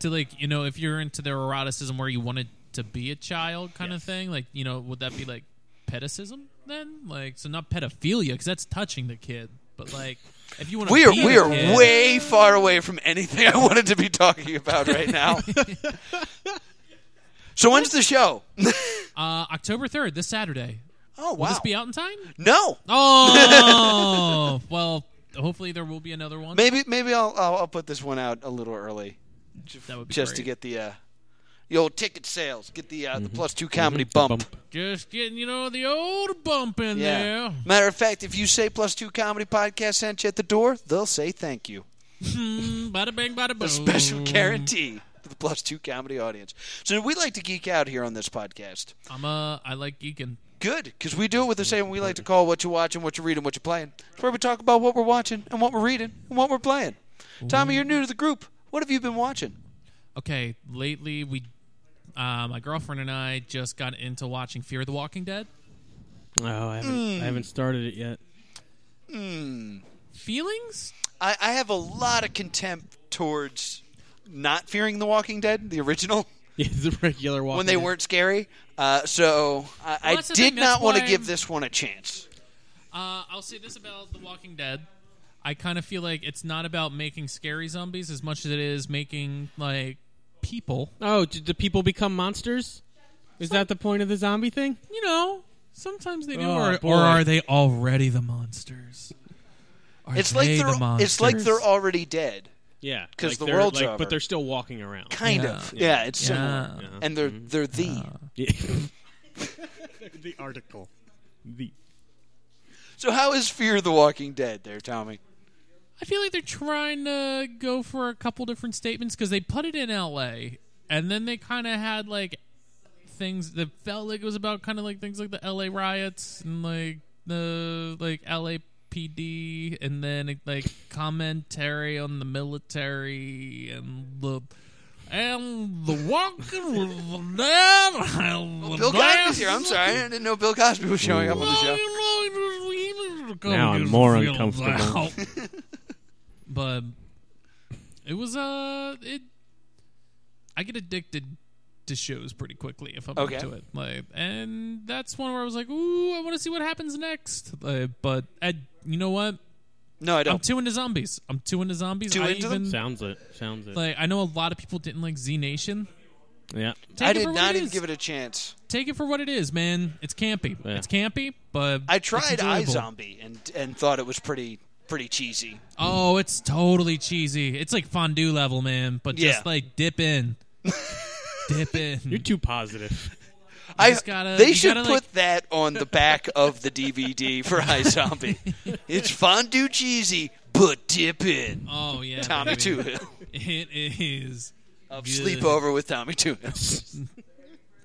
S5: to, like, you know, if you're into the eroticism where you wanted to be a child kind
S4: Yes.
S5: of thing, like, you know, would that be like pedicism then? Like, so not pedophilia because that's touching the kid, but like, if you want to,
S3: We are
S5: be
S3: we
S5: a
S3: are
S5: kid-
S3: way far away from anything I wanted to be talking about right now. so when's the show?
S5: Uh, October third, this Saturday.
S3: Oh
S5: Will
S3: wow!
S5: this be out in time?
S3: No,
S5: Oh, well, hopefully there will be another one.
S3: maybe maybe I'll, I'll I'll put this one out a little early,
S5: That would be
S3: just to get
S5: great.
S3: the uh, the old ticket sales, get the uh, the plus two comedy
S4: to
S3: bump.
S5: just getting you know the old bump in
S3: Yeah.
S5: there.
S3: Matter of fact, if you say plus two comedy podcast sent you at the door, they'll say thank you.
S5: Mm, bada bang, bada boom.
S3: a special guarantee to the plus two comedy audience. So we like to geek out here on this podcast.
S5: I'm a. I like geeking.
S3: Good, because we do it with the same we like to call what you watching, what you reading, what you playing. It's where we talk about what we're watching and what we're reading and what we're playing. Tommy, you're new to the group. What have you been watching?
S5: okay lately we uh, my girlfriend and i just got into watching fear the walking dead
S4: Oh, I haven't,
S3: Hmm.
S4: I haven't started it yet.
S5: feelings
S3: I, I have a lot of contempt towards not fearing The Walking Dead, the original,
S4: Yeah, the regular walk.
S3: when they weren't scary. Uh, so I, I
S5: that's the
S3: did
S5: thing, that's
S3: not want to
S5: why-
S3: give this one a chance.
S5: uh, i'll say this about the walking dead i kind of feel like it's not about making scary zombies as much as it is making like people
S4: Oh, did the people become monsters? Is that the point of the zombie thing?
S5: you know sometimes they do
S4: Oh,
S5: or,
S4: boy.
S5: or are they already the monsters Are
S3: It's like
S5: they
S3: they're
S5: the monsters?
S3: it's like they're already dead.
S4: Yeah,
S3: 'Cause
S4: like
S3: the
S4: they're,
S3: world's
S4: like,
S3: over.
S4: but they're still walking around.
S3: Kind
S5: Yeah.
S3: of. Yeah, it's similar.
S5: yeah.
S4: Yeah.
S3: And they're they're the.
S4: Yeah. the article. The
S3: So how is Fear the Walking Dead there, Tommy?
S5: I feel like they're trying to go for a couple different statements because they put it in L.A. and then they kind of had like things that felt like it was about kind of like things like the L.A. riots and like the like LAPD and then like commentary on the military and the and the walking with the dead and the
S3: Bill Cosby's
S5: last-
S3: here. I'm sorry, I didn't know Bill Cosby was showing up on the
S5: well,
S3: show.
S5: you know, it was- we needed to come
S4: Now I'm
S5: get
S4: more
S5: some
S4: uncomfortable.
S5: feelings out. but it was uh it I get addicted to shows pretty quickly if I'm
S3: Okay.
S5: into it. Like and that's one where I was like, "Ooh, I want to see what happens next." Like, but I, you know what?
S3: No, I
S5: I'm
S3: don't.
S5: too into zombies. I'm too into zombies.
S3: Too
S5: I
S3: into them?
S5: even
S4: sounds it. Sounds it.
S5: like I know a lot of people didn't like Z Nation.
S4: Yeah.
S5: Take
S3: I
S5: it
S3: did
S5: for what
S3: not
S5: it
S3: even
S5: is.
S3: give it a chance.
S5: Take it for what it is, man. It's campy.
S4: Yeah.
S5: It's campy, but
S3: I
S5: it's
S3: tried
S5: enjoyable.
S3: iZombie and and thought it was pretty pretty cheesy.
S5: Oh, it's totally cheesy. It's like fondue level, man. But
S3: Yeah.
S5: just like dip in, dip in.
S4: You're too positive.
S3: I
S5: just gotta-
S3: they
S5: you
S3: should
S5: gotta,
S3: put
S5: like-
S3: that on the back of the DVD for iZombie. it's fondue cheesy, but dip in.
S5: oh yeah,
S3: Tommy
S5: baby.
S3: Tuhill
S5: It is.
S3: of
S5: Good.
S3: Sleepover with Tommy Tuhill.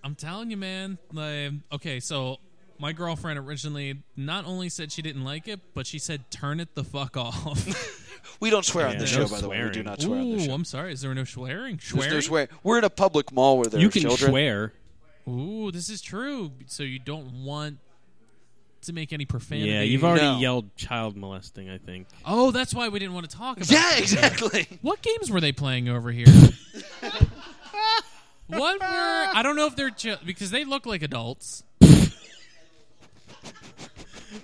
S5: I'm telling you, man. Like, okay, so my girlfriend originally not only said she didn't like it, but she said turn it the fuck off.
S3: We don't swear on
S4: Yeah,
S3: this
S4: no
S3: show, by the way. We do
S4: swearing.
S3: not swear on this
S5: Ooh,
S3: show.
S5: I'm sorry. Is there no swearing?
S3: There's
S5: Swearing?
S3: no swear. We're in a public mall where there
S4: you
S3: are
S4: can
S3: children.
S4: swear.
S5: Ooh, this is true. So you don't want to make any profanity.
S4: Yeah, you've already
S3: No.
S4: yelled child molesting, I think.
S5: Oh, that's why we didn't want to talk about.
S3: Yeah,
S5: it.
S3: exactly.
S5: What games were they playing over here? what were I don't know if they're chil- because they look like adults.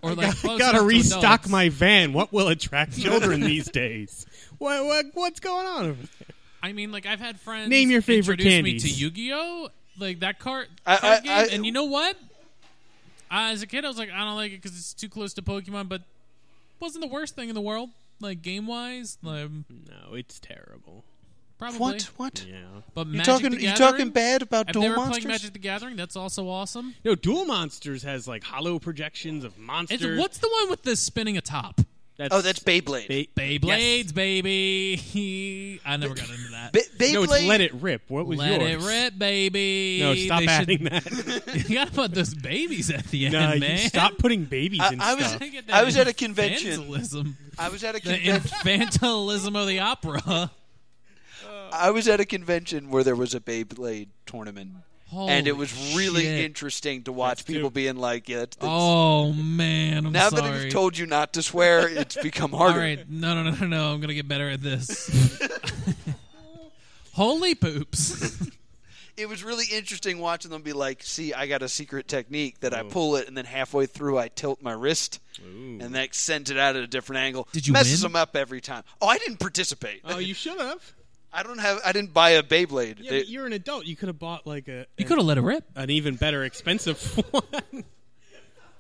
S5: or like close enough to adults.
S4: van. What will attract children these days? What, what what's going on over there?
S5: I mean, like I've had friends
S4: Name your favorite candies.
S5: introduce me to Yu-Gi-Oh, like that card,
S3: I-
S5: card
S3: I-
S5: game,
S3: I-
S5: and you know what? I, as a kid, I was like, I don't like it because it's too close to Pokemon, but wasn't the worst thing in the world, like game wise, like,
S4: No, it's terrible.
S5: probably.
S3: What? What?
S4: Yeah.
S5: But
S3: You
S5: Magic
S3: talking?
S5: the
S3: You
S5: Gathering?
S3: talking bad about
S5: I've
S3: Duel
S5: never
S3: Monsters?
S5: played Magic the Gathering. That's also awesome.
S4: No, Duel Monsters has like hollow projections of
S5: It's,
S4: monsters.
S5: what's the one with the spinning a top?
S3: Oh, that's Beyblade.
S4: Bey-
S5: Beyblades,
S4: Yes.
S5: baby. I never got into that.
S3: Be- Beyblade.
S4: No, it's Let It Rip. What was
S5: Let
S4: yours?
S5: it rip, baby.
S4: No, stop
S5: They should-
S4: adding that.
S5: you gotta put those babies at the end,
S4: no, you
S5: man.
S4: stop putting babies
S3: I-
S4: in
S3: I was-
S4: stuff.
S5: Get that
S3: I was at a convention.
S5: Infantilism.
S3: I was at a
S5: The
S3: convention.
S5: infantilism of the opera.
S3: I was at a convention where there was a Beyblade tournament, and it was really
S5: Holy shit.
S3: interesting to watch
S4: That's
S3: people
S4: too-
S3: being like, "Yeah." It's,
S5: Oh man, I'm
S3: now
S5: sorry.
S3: that I've told you not to swear, it's become
S5: All
S3: harder.
S5: right, no, no, no, no, no. I'm gonna get better at this. Holy poops!
S3: It was really interesting watching them be like, "See, I got a secret technique that I pull it, and then halfway through, I tilt my wrist."
S4: Ooh.
S3: And that sends it out at a different angle.
S5: Did you
S3: messes
S5: win?
S3: them up every time? Oh, I didn't participate.
S4: Oh, you should have.
S3: I don't have. I didn't buy a Beyblade.
S4: Yeah,
S3: They-
S4: but you're an adult. You could have bought like a
S5: You could have let it rip.
S4: an even better expensive one.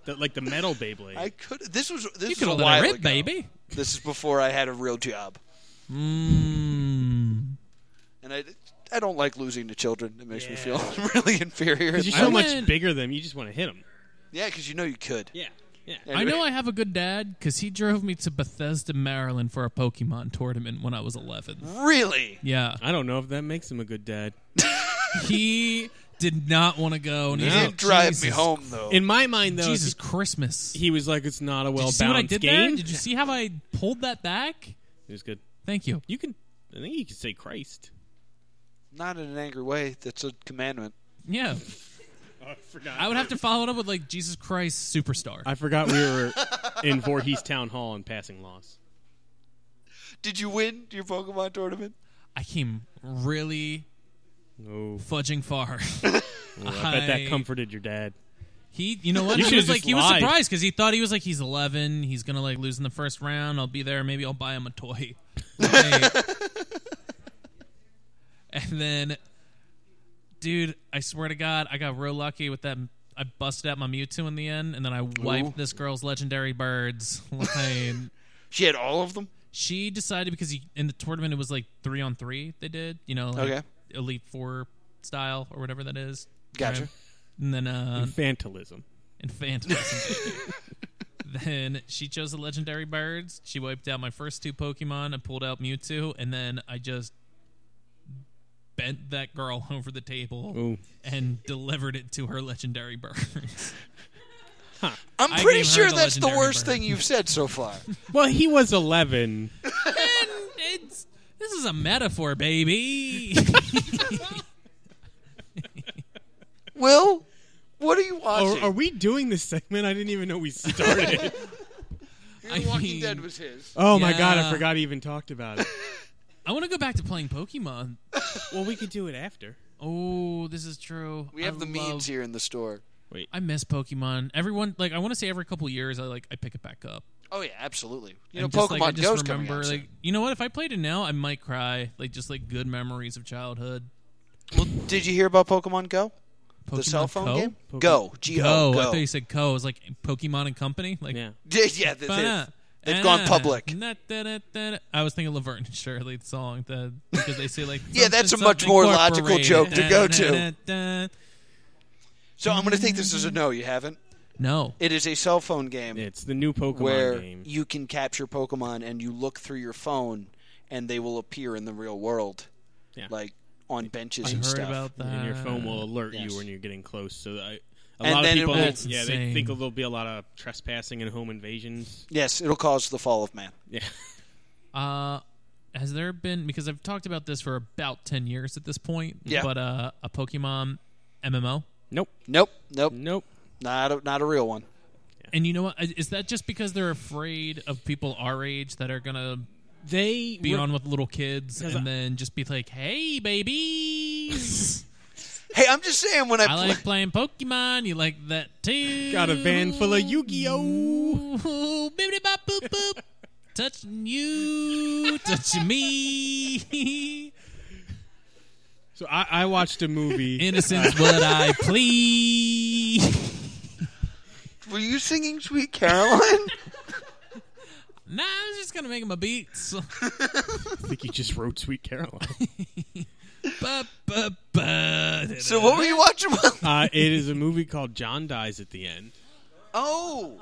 S4: the, like the metal Beyblade.
S3: I could. This was. This
S5: You
S3: was
S5: could
S3: a
S5: have let
S3: while
S5: it rip,
S3: ago.
S5: baby.
S3: This is before I had a real job,
S5: Mm.
S3: and I. I don't like losing to children. It makes me feel really inferior.
S4: 'Cause you're
S5: I
S4: so much
S5: went-
S4: bigger than them, you just want to hit them.
S3: Yeah, because you know you could.
S4: Yeah, yeah.
S5: I know I have a good dad because he drove me to Bethesda, Maryland for a Pokemon tournament when I was 11.
S3: Really?
S5: Yeah,
S4: I don't know if that makes him a good dad.
S5: he did not want to go. And
S3: You
S5: he's
S4: No.
S5: like,
S3: didn't drive me
S5: Jesus
S3: home though.
S4: In my mind, though,
S5: Jesus Christmas.
S4: he was like, "It's not a
S5: did you
S4: well
S5: see what I
S4: balanced
S5: did there?
S4: game."
S5: Did you see how I pulled that back?
S4: It was good.
S5: Thank you.
S4: You can. I think you can say Christ.
S3: Not in an angry way. That's a commandment.
S5: Yeah.
S4: I forgot.
S5: I would have to follow it up with like Jesus Christ Superstar.
S4: I forgot we were in Voorhees Town Hall and passing laws.
S3: Did you win your Pokemon tournament?
S5: I came really
S4: Oh,
S5: fudging far.
S4: I bet
S5: I-
S4: that comforted your dad.
S5: He, you know what?
S4: You
S5: he
S4: should've
S5: was like,
S4: just
S5: he was
S4: lied.
S5: surprised because he thought he was like, he's 11. He's gonna like lose in the first round. I'll be there. Maybe I'll buy him a toy. Hey. and then, dude, I swear to God, I got real lucky with that. I busted out my Mewtwo in the end, and then I wiped this girl's legendary birds. Like,
S3: She had all of them.
S5: she decided because he, in the tournament it was like three on three. They did, you know, like
S3: Okay.
S5: Elite Four style or whatever that is.
S3: Gotcha.
S5: Right? And then uh,
S4: Infantilism.
S5: infantilism. then she chose the legendary birds. She wiped out my first two Pokemon. I pulled out Mewtwo, and then I just bent that girl over the table
S4: Ooh.
S5: and delivered it to her legendary birds.
S3: I'm
S5: I
S3: pretty
S5: gave her
S3: sure
S5: the
S3: that's the
S5: legendary
S3: worst
S5: bird.
S3: thing you've said so far.
S4: Well, he was 11.
S5: and it's this is a metaphor, baby.
S3: Will, what are you
S4: Are,
S3: watching?
S4: Oh, are we doing this segment? I didn't even know we started.
S5: I
S3: Walking
S5: mean,
S3: Dead was his.
S4: oh my god, I
S5: Yeah.
S4: forgot I even talked about it.
S5: I want to go back to playing Pokemon.
S4: well, we could do it after.
S5: Oh, this is true.
S3: We have the
S5: I love-
S3: memes here in the store.
S5: I miss Pokemon. Everyone, like, I want to say every couple years, I like I pick it back up.
S3: Oh yeah, absolutely. You know,
S5: And just,
S3: Pokemon
S5: like, I just
S3: Go's coming
S5: remember,
S3: out. soon.
S5: like, you know what? If I played it now, I might cry. Like, just like good memories of childhood.
S3: Well, did you hear about Pokemon Go? the
S5: Pokemon
S3: cell phone
S5: Co?
S3: game?
S4: Poke-
S3: Go. G O.
S5: Go. I
S3: Go.
S5: thought you said Co. It was like Pokemon and Company. Like, eh,
S4: Yeah.
S3: yeah, they,
S5: ba-da,
S3: have gone
S5: ah,
S3: public.
S5: na-da-da-da-da. I was thinking Laverne and Shirley the song the, because they say like
S3: Yeah, that's
S5: something,
S3: a much
S5: something
S3: more logical
S5: incorporated.
S3: joke to go to.
S5: Da-da-da-da.
S3: So I'm going to think this is a no. You haven't.
S5: No,
S3: It is a cell phone game
S4: It's the new Pokemon
S3: where
S4: game.
S3: you can capture Pokemon and you look through your phone and they will appear in the real world,
S4: Yeah.
S3: like on benches
S5: I
S3: and
S5: heard
S3: stuff.
S5: about that.
S4: and your phone will alert
S3: yes.
S4: you when you're getting close. So I, a
S3: And
S4: lot of
S3: then it
S4: people,
S3: will-
S4: yeah,
S3: That's
S4: they
S5: insane.
S4: think there'll be a lot of trespassing and home invasions.
S3: yes, it'll cause the fall of man.
S4: Yeah,
S5: Uh, has there been because I've talked about this for about ten years at this point?
S3: Yeah.
S5: But uh, a Pokemon MMO,
S4: nope,
S3: Nope, nope,
S4: nope.
S3: not a, not a real one.
S5: and you know what? Is that just because they're afraid of people our age that are gonna
S4: They
S5: be
S4: were-
S5: on with little kids and
S4: I-
S5: then just be like, "Hey, babies,
S3: Hey, I'm just saying when I,
S5: I
S3: play,
S5: like playing Pokemon. You like that too?
S4: got a van full of Yu-Gi-Oh.
S5: Ooh, bibbidi bop boop boop, touching you, touching me."
S4: So I, I watched a movie.
S5: Innocence would I please?
S3: were you singing Sweet Caroline?
S5: Nah, I was just gonna make him a beat. So,
S4: I think he just wrote Sweet Caroline.
S5: ba, ba, ba, da,
S3: so
S5: da.
S3: what were you watching?
S4: uh, it is a movie called John Dies at the End.
S3: oh,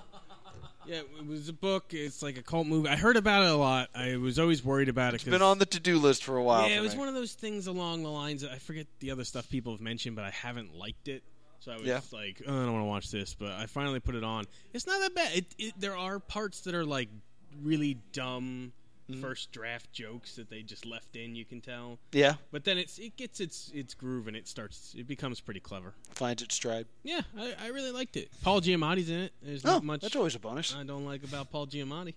S4: Yeah, it was a book. It's like a cult movie. I heard about it a lot. I was always worried about it. 'cause-
S3: been on the to do list for a while.
S4: Yeah, it
S3: for
S4: was
S3: me.
S4: one of those things along the lines. Of, I forget the other stuff people have mentioned, but I haven't liked it. So I was
S3: Yeah.
S4: like, oh, I don't want to watch this. But I finally put it on. It's not that bad. It, it, there are parts that are like really dumb
S3: Mm-hmm.
S4: first draft jokes that they just left in. You can tell.
S3: yeah,
S4: But then it's it gets its its groove and it starts. It becomes pretty clever.
S3: finds its stride.
S4: Yeah, I, I really liked it. Paul Giamatti's in it. There's
S3: Oh,
S4: not much
S3: that's always a bonus.
S4: I don't like about Paul Giamatti.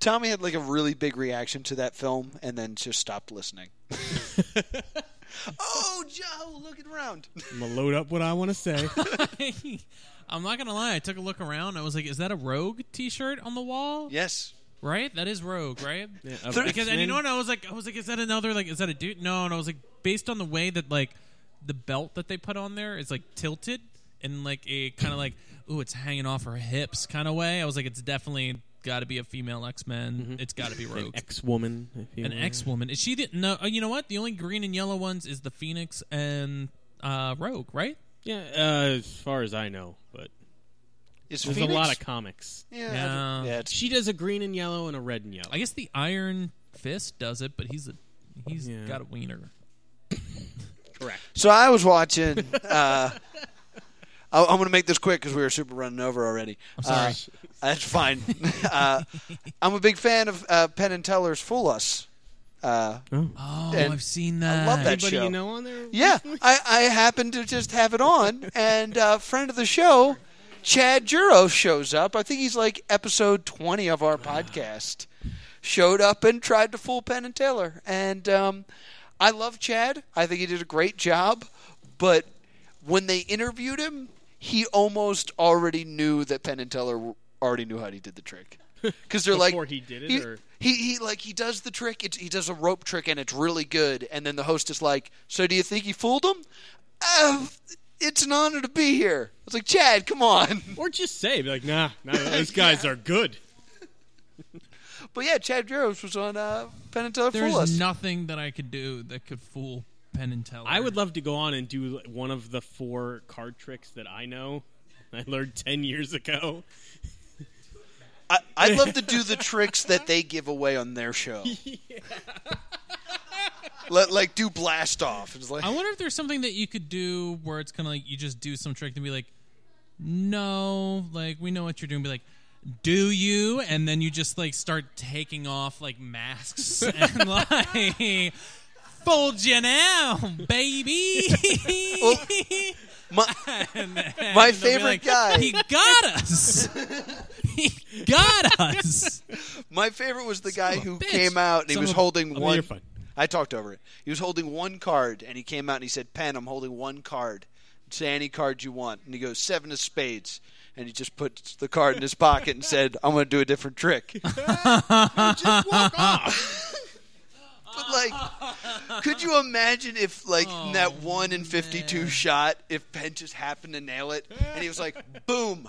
S3: Tommy had like a really big reaction to that film and then just stopped listening. oh, Joe, looking around.
S4: I'm gonna load up what I want to say.
S5: I'm not gonna lie. I took a look around. I was like, "Is that a Rogue T-shirt on the wall?
S3: Yes.
S5: Right? That is Rogue, right?
S4: Yeah, of
S3: There-
S5: Because and you
S4: X-Men.
S5: know what? I was like, I was like, is that another like? Is that a dude? No. And I was like, based on the way that like the belt that they put on there is like tilted and like a kind of like, ooh, it's hanging off her hips kind of way. I was like, it's definitely got to be a female X Men.
S4: Mm-hmm.
S5: It's got to be Rogue.
S4: X woman. if you
S5: An
S4: will.
S5: X woman. Is she the no? oh, You know what? The only green and yellow ones is the Phoenix and uh, Rogue, right?
S4: Yeah, uh, as far as I know, but
S3: Is
S4: there's
S3: Phoenix?
S4: a lot of comics.
S3: Yeah.
S5: Yeah.
S3: I- yeah it's,
S4: She does a green and yellow and a red and yellow.
S5: I guess the Iron Fist does it, but he's a he's
S4: Yeah.
S5: got a wiener.
S4: correct.
S3: so I was watching. Uh, I, I'm going to make this quick because we were super running over already. I'm
S5: sorry.
S3: that's fine. uh, I'm a big fan of uh, Penn and Teller's Fool Us. Uh,
S5: Oh,
S3: And
S5: I've seen that.
S3: love that
S4: Anybody
S3: show.
S4: you know on there?
S3: Yeah, I, I happened to just have it on, and uh, friend of the show, Chad Juro, shows up. I think he's like episode 20 of our podcast. Showed up and tried to fool Penn and Taylor. And um, I love Chad. I think he did a great job. But when they interviewed him, he almost already knew that Penn and Teller already knew how he did the trick. Because they're like
S4: Before he did it,
S3: he,
S4: or-
S3: he he like he does the trick. It's, he does a rope trick and it's really good. And then the host is like, "So do you think he fooled him?" Uh, it's an honor to be here. I was like, Chad, come on.
S4: Or just say, be like, nah, nah those guys are good.
S3: But yeah, Chad Jarros was on uh, Penn and Teller Fool Us.
S5: There's nothing that I could do that could fool Penn and Teller.
S4: I would love to go on and do like, one of the four card tricks that I know. I learned ten years ago.
S3: I, I'd love to do the tricks that they give away on their show. Let, like do blast off. It's like
S5: I wonder if there's something that you could do where it's kind of like you just do some trick and be like, no, like we know what you're doing. Be like, do you? And then you just like start taking off like masks and like. Fold you now, baby.
S3: my,
S5: And then
S3: my
S5: they'll be
S3: favorite
S5: like,
S3: guy.
S5: He got us. he got us.
S3: my favorite was the guy
S5: of a
S3: who
S5: bitch.
S3: came out and he
S5: Son
S3: was
S5: of a-
S3: holding
S4: I mean,
S3: one.
S4: you're fine.
S3: I talked over it. He was holding one card, and he came out and he said, "Pen, I'm holding one card. Say any card you want." And he goes, seven of spades." And he just puts the card in his pocket and said, "I'm going to do a different trick."
S4: Just walk off.
S3: But like, Could you imagine if, like, in that
S5: Oh,
S3: one in fifty-two
S5: man.
S3: shot, if Penn just happened to nail it, and he was like, "Boom,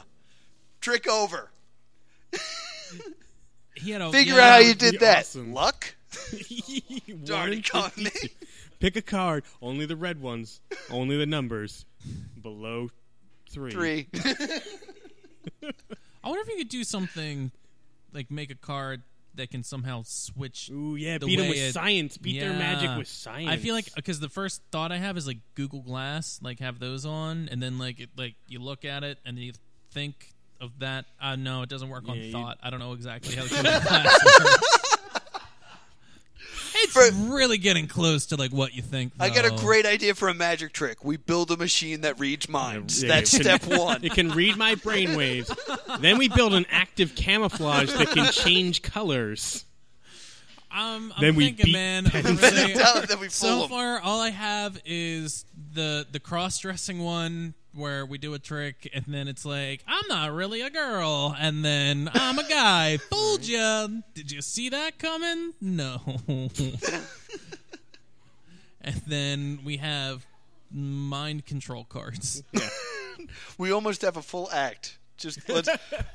S3: trick over."
S5: He had a
S3: Figure
S5: yeah,
S3: out how
S4: that
S3: you
S4: would be
S3: did that.
S4: awesome.
S3: Luck.
S4: One
S3: already
S4: in
S3: caught
S4: 50.
S3: me.
S4: Pick a card. Only the red ones. Only the numbers below three.
S3: Three.
S5: I wonder if you could do something like make a card that can somehow switch.
S4: Ooh yeah,
S5: The
S4: beat them
S5: way
S4: with
S5: it-
S4: science. Beat their magic
S5: Yeah.
S4: with science.
S5: I feel like because the first thought I have is like Google Glass, like have those on, and then like it, like you look at it and you think of that. Uh, no, it doesn't work on
S4: Yeah, you-
S5: thought. I don't know exactly how Google Glass works. It's
S3: For-
S5: really getting close to like what you think.
S3: I got a
S5: though.
S3: great idea for a magic trick. We build a machine that reads minds.
S4: Yeah,
S3: That's
S4: it can-
S3: step one.
S4: It can read my brainwaves. then we build an active camouflage that can change colors.
S5: Um, I'm
S4: Then we
S5: thinking,
S4: beat
S5: man. I'm gonna
S3: Then
S5: say-
S3: then we fool
S5: So
S3: 'em.
S5: far, all I have is the the cross dressing one where we do a trick and then it's like I'm not really a girl and then I'm a guy. Fooled ya. Did you see that coming? No. and then we have mind control cards.
S3: We almost have a full act. Just let's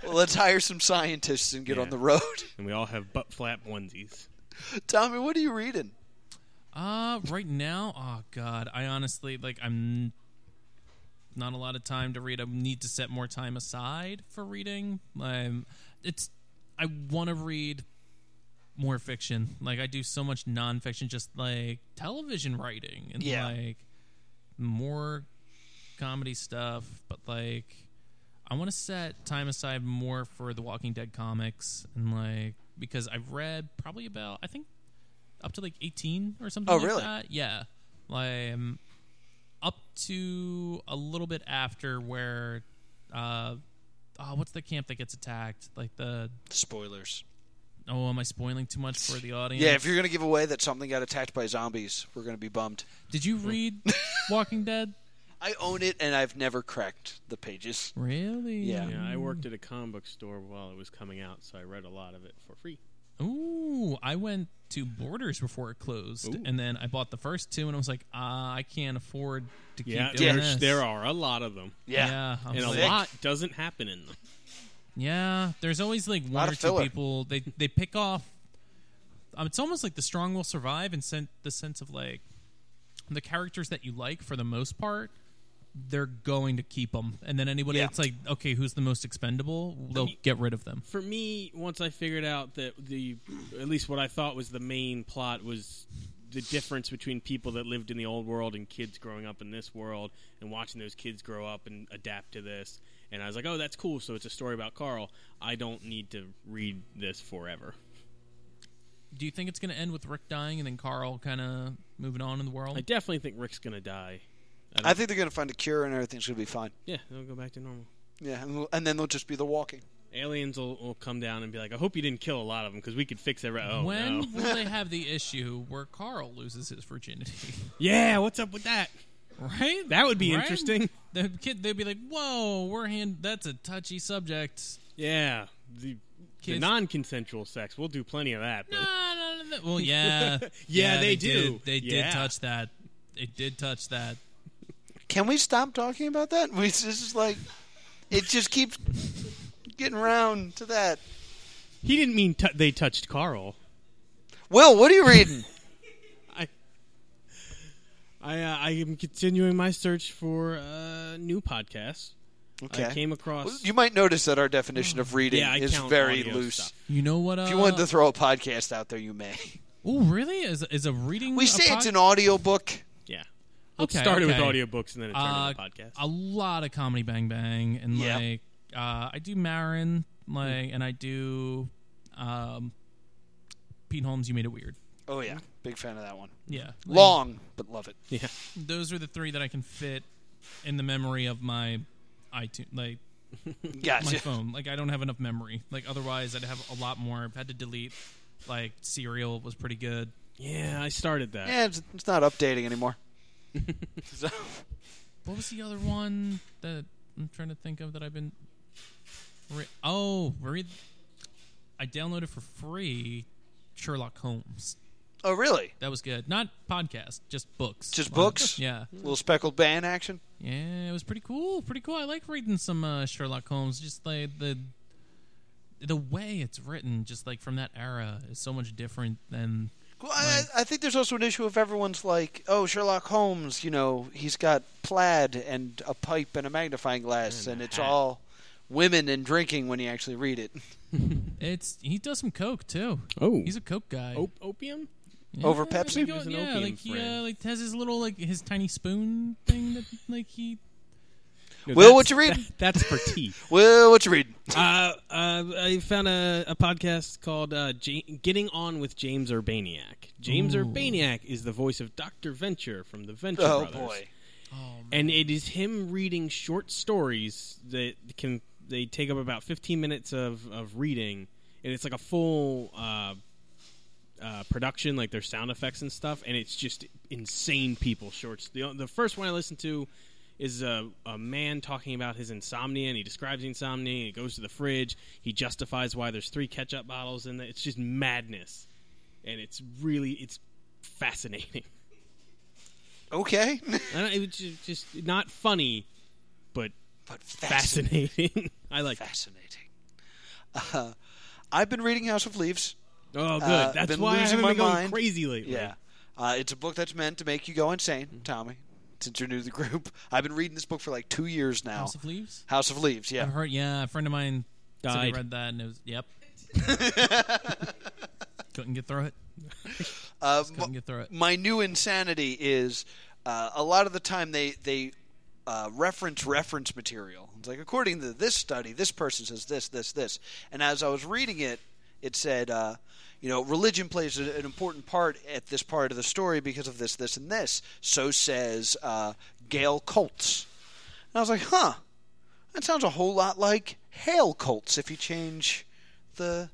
S3: let's hire some scientists and get on the road.
S4: And we all have butt flap onesies.
S3: Tommy, what are you reading?
S5: Uh, right now, oh god, I honestly like I'm not a lot of time to read. I need to set more time aside for reading. Um, it's I want to read more fiction. Like I do so much nonfiction, just like television writing and
S3: Yeah.
S5: like more comedy stuff. But like, I want to set time aside more for the Walking Dead comics and like because I've read probably about I think up to like 18 or something
S3: Oh,
S5: like
S3: really?
S5: that. Yeah. Like um, up to a little bit after where uh oh, what's the camp that gets attacked? Like the
S3: Spoilers.
S5: oh, am I spoiling too much for the audience?
S3: Yeah, if you're gonna give away that something got attacked by zombies, we're gonna be bummed.
S5: Did you read Walking Dead?
S3: I own it and I've never cracked the pages.
S5: Really?
S3: Yeah.
S4: Yeah, I worked at a comic book store while it was coming out, so I read a lot of it for free.
S5: Ooh, I went to Borders before it closed,
S4: Ooh.
S5: and then I bought the first two, and I was like, ah, I can't afford to keep
S4: Yeah,
S5: doing
S4: there's,
S5: this.
S4: there are a lot of them,
S3: Yeah.
S5: I was
S4: and a
S5: like,
S4: lot doesn't happen in them.
S5: Yeah, there's always like one
S3: Lot
S5: or
S3: of
S5: two
S3: filler.
S5: people they they pick off. Um, it's almost like the strong will survive, and sen- the sense of like the characters that you like for the most part, they're going to keep them, and then anybody
S3: Yeah.
S5: that's like, okay, who's the most expendable, they'll get rid of them.
S4: For me, once I figured out that the, at least what I thought was the main plot was the difference between people that lived in the old world and kids growing up in this world, and watching those kids grow up and adapt to this. And I was like, oh, that's cool. So it's a story about Carl. I don't need to read this forever.
S5: Do you think it's going to end with Rick dying and then Carl kind of moving on in the world?
S4: I definitely think Rick's gonna die.
S3: I think they're gonna find a cure and everything's gonna be fine.
S4: Yeah, they'll go back to normal.
S3: Yeah, and, we'll- and then they'll just be the walking.
S4: Aliens will, will come down and be like, "I hope you didn't kill a lot of them because we could fix every." Oh
S5: when
S4: no!
S5: will they have the issue where Carl loses his virginity?
S4: Yeah, what's up with that?
S5: right?
S4: That would be
S5: Right?
S4: interesting.
S5: The kid, they'd be like, "Whoa, we're hand. That's a touchy subject."
S4: Yeah, the, the
S5: Kids-
S4: non-consensual sex. We'll do plenty of that. But
S5: Ah, no, no, no. Well, yeah, yeah,
S4: they do.
S5: did- they
S4: Yeah.
S5: did touch that. They did touch that.
S3: Can we stop talking about that? We, this is like, it just keeps getting around to that.
S4: he didn't mean t- they touched Carl.
S3: Will, what are you reading?
S4: I, I, uh, I am continuing my search for uh, new podcasts. I came
S3: Well,
S4: across.
S3: You might notice that our definition of reading
S4: yeah, I
S3: is
S4: count
S3: very
S4: audio
S3: loose.
S4: stuff.
S5: You know what? Uh,
S3: If you wanted to throw a podcast out there, you may.
S5: oh, really? Is is a reading?
S3: We
S5: a
S3: say it's
S5: pod-
S3: an audio book.
S4: Yeah, let's
S5: Okay,
S4: start it with
S5: okay.
S4: audiobooks and then it turned
S5: uh,
S4: into a podcast.
S5: a lot of comedy bang bang and
S3: Yeah.
S5: like uh, I do Marin like and I do um, Pete Holmes. You made it weird.
S3: Oh yeah, big fan of that one.
S5: Yeah, Like,
S3: Long, but love it.
S4: yeah.
S5: Those are the three that I can fit in the memory of my iTunes like my
S3: Gotcha.
S5: phone. Like I don't have enough memory. Like otherwise, I'd have a lot more. I've had to delete. Like Serial was pretty good.
S4: Yeah, I started that.
S3: Yeah, it's, it's not updating anymore. So-
S5: What was the other one that I'm trying to think of that I've been? Re- oh, read. I downloaded for free Sherlock Holmes.
S3: Oh, really?
S5: That was good. Not podcast, just books.
S3: Just
S5: Like,
S3: books?
S5: Yeah.
S3: Little speckled band action?
S5: Yeah, it was pretty cool. Pretty cool. I like reading some uh, Sherlock Holmes. Just like the the way it's written, just like from that era, is so much different than
S3: Well, I, I think there's also an issue of everyone's like, oh, Sherlock Holmes, you know, he's got plaid and a pipe and a magnifying glass, and, it's all women and drinking when you actually read it.
S5: it's. He does some coke too.
S4: Oh.
S5: he's a coke guy.
S4: Op- opium?
S3: Over
S5: Yeah,
S3: Pepsi?
S5: he
S4: He was an
S5: yeah,
S4: opium
S5: like he uh,
S4: friend.
S5: like has his little like his tiny spoon thing that like he.
S4: No,
S3: Will,
S4: that's-
S3: what you reading?
S4: that- that's for tea.
S3: Well, what you reading?
S4: uh, uh, I found a, a podcast called uh, Ja Getting On with James Urbaniak. James Urbaniak is the voice of Dr. Venture from the Venture
S3: Oh,
S4: Brothers.
S3: boy.
S5: Oh, man.
S4: And it is him reading short stories that can they take up about 15 minutes of, of reading and it's like a full uh, uh, production like their sound effects and stuff and it's just insane people shorts. The the first one I listened to is a, a man talking about his insomnia and he describes the insomnia and he goes to the fridge he justifies why there's three ketchup bottles in there it's just madness and it's really it's fascinating
S3: Okay.
S4: I don't, it was ju- just not funny, but
S3: but fascinating.
S4: fascinating. I like. that.
S3: Fascinating. Uh, I've been reading House of Leaves.
S4: Oh, good.
S3: Uh,
S4: That's
S3: been
S4: why I
S3: losing
S4: haven't
S3: my
S4: been going
S3: mind.
S4: crazy lately.
S3: Yeah. Uh, it's a book that's meant to make you go insane, Tommy, since you're new to the group. I've been reading this book for like two years now.
S5: House of Leaves.
S3: House of Leaves, yeah.
S5: I've heard. Yeah, a friend of mine said he
S4: Died.
S5: read that and it was yep. couldn't get through it.
S3: Uh,
S5: Couldn't get through it.
S3: my new insanity is uh, a lot of the time they they uh, reference reference material. It's like according to this study, this person says this, this, this. And as I was reading it, it said, uh, you know, religion plays a- an important part at this part of the story because of this, this, and this. So says uh, Gail Colts. And I was like, huh, that sounds a whole lot like Hale Colts if you change the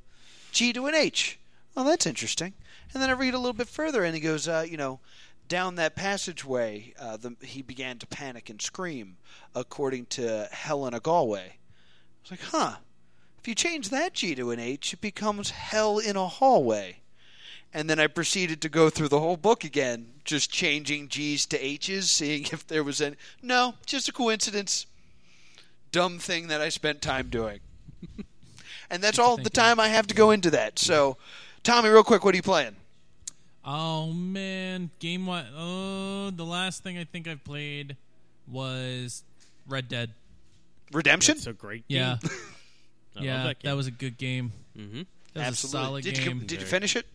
S3: G to an H. Oh, that's interesting. And then I read a little bit further, and he goes, uh, you know, down that passageway, uh, the, he began to panic and scream, according to Helena Galway. I was like, huh. If you change that G to an H, it becomes hell in a hallway. And then I proceeded to go through the whole book again, just changing G's to H's, seeing if there was any. No, just a coincidence. Dumb thing that I spent time doing. and that's all the
S5: thinking.
S3: time I have to go into that. So, Tommy, real quick, what are you playing?
S5: Oh man, game what? Oh, the last thing I think I've played was Red Dead.
S3: Redemption?
S4: It's a great game.
S5: Yeah,
S4: I
S5: yeah,
S4: love that,
S5: that,
S4: game.
S5: was a good game. Mm-hmm. That was a solid
S3: did
S5: game.
S3: You, did you finish it?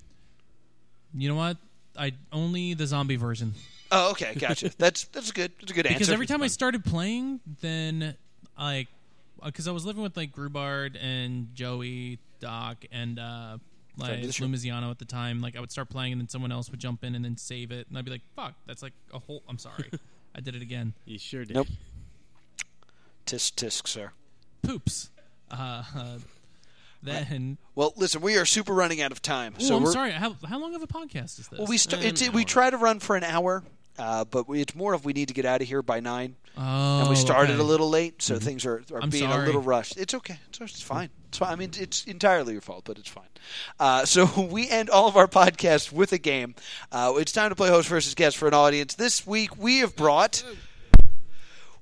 S5: You know what? I only the zombie version
S3: Oh, okay, gotcha. that's that's good. That's a good answer.
S5: because every time I started playing, then like because I was living with like Grubard and Joey, Doc, and uh, like
S3: Friend of the show.
S5: Lumiziano at the time. Like I would start playing, and then someone else would jump in and then save it, and I'd be like, "Fuck, that's like a whole." I'm sorry, I did it again.
S4: You sure did.
S3: Nope. tisk tisk, sir.
S5: poops. Uh, uh, then,
S3: Well, listen, we are super running out of time.
S5: Ooh,
S3: so
S5: I'm
S3: we're,
S5: sorry. How, how long of a podcast is this?
S3: Well, we st-
S4: An
S3: it's, we
S4: hour.
S3: try to run for an hour, uh, but we, it's more of we need to get out of here by nine,
S5: oh,
S3: and we started
S5: okay. Mm-hmm.
S3: a little late, so things are, are
S5: I'm
S3: being a
S5: sorry.
S3: little rushed. It's okay. It's, it's fine. It's fine. I mean, it's entirely your fault, but it's fine. Uh, so we end all of our podcasts with a game. Uh, it's time to play host versus guest for an audience. This week we have brought.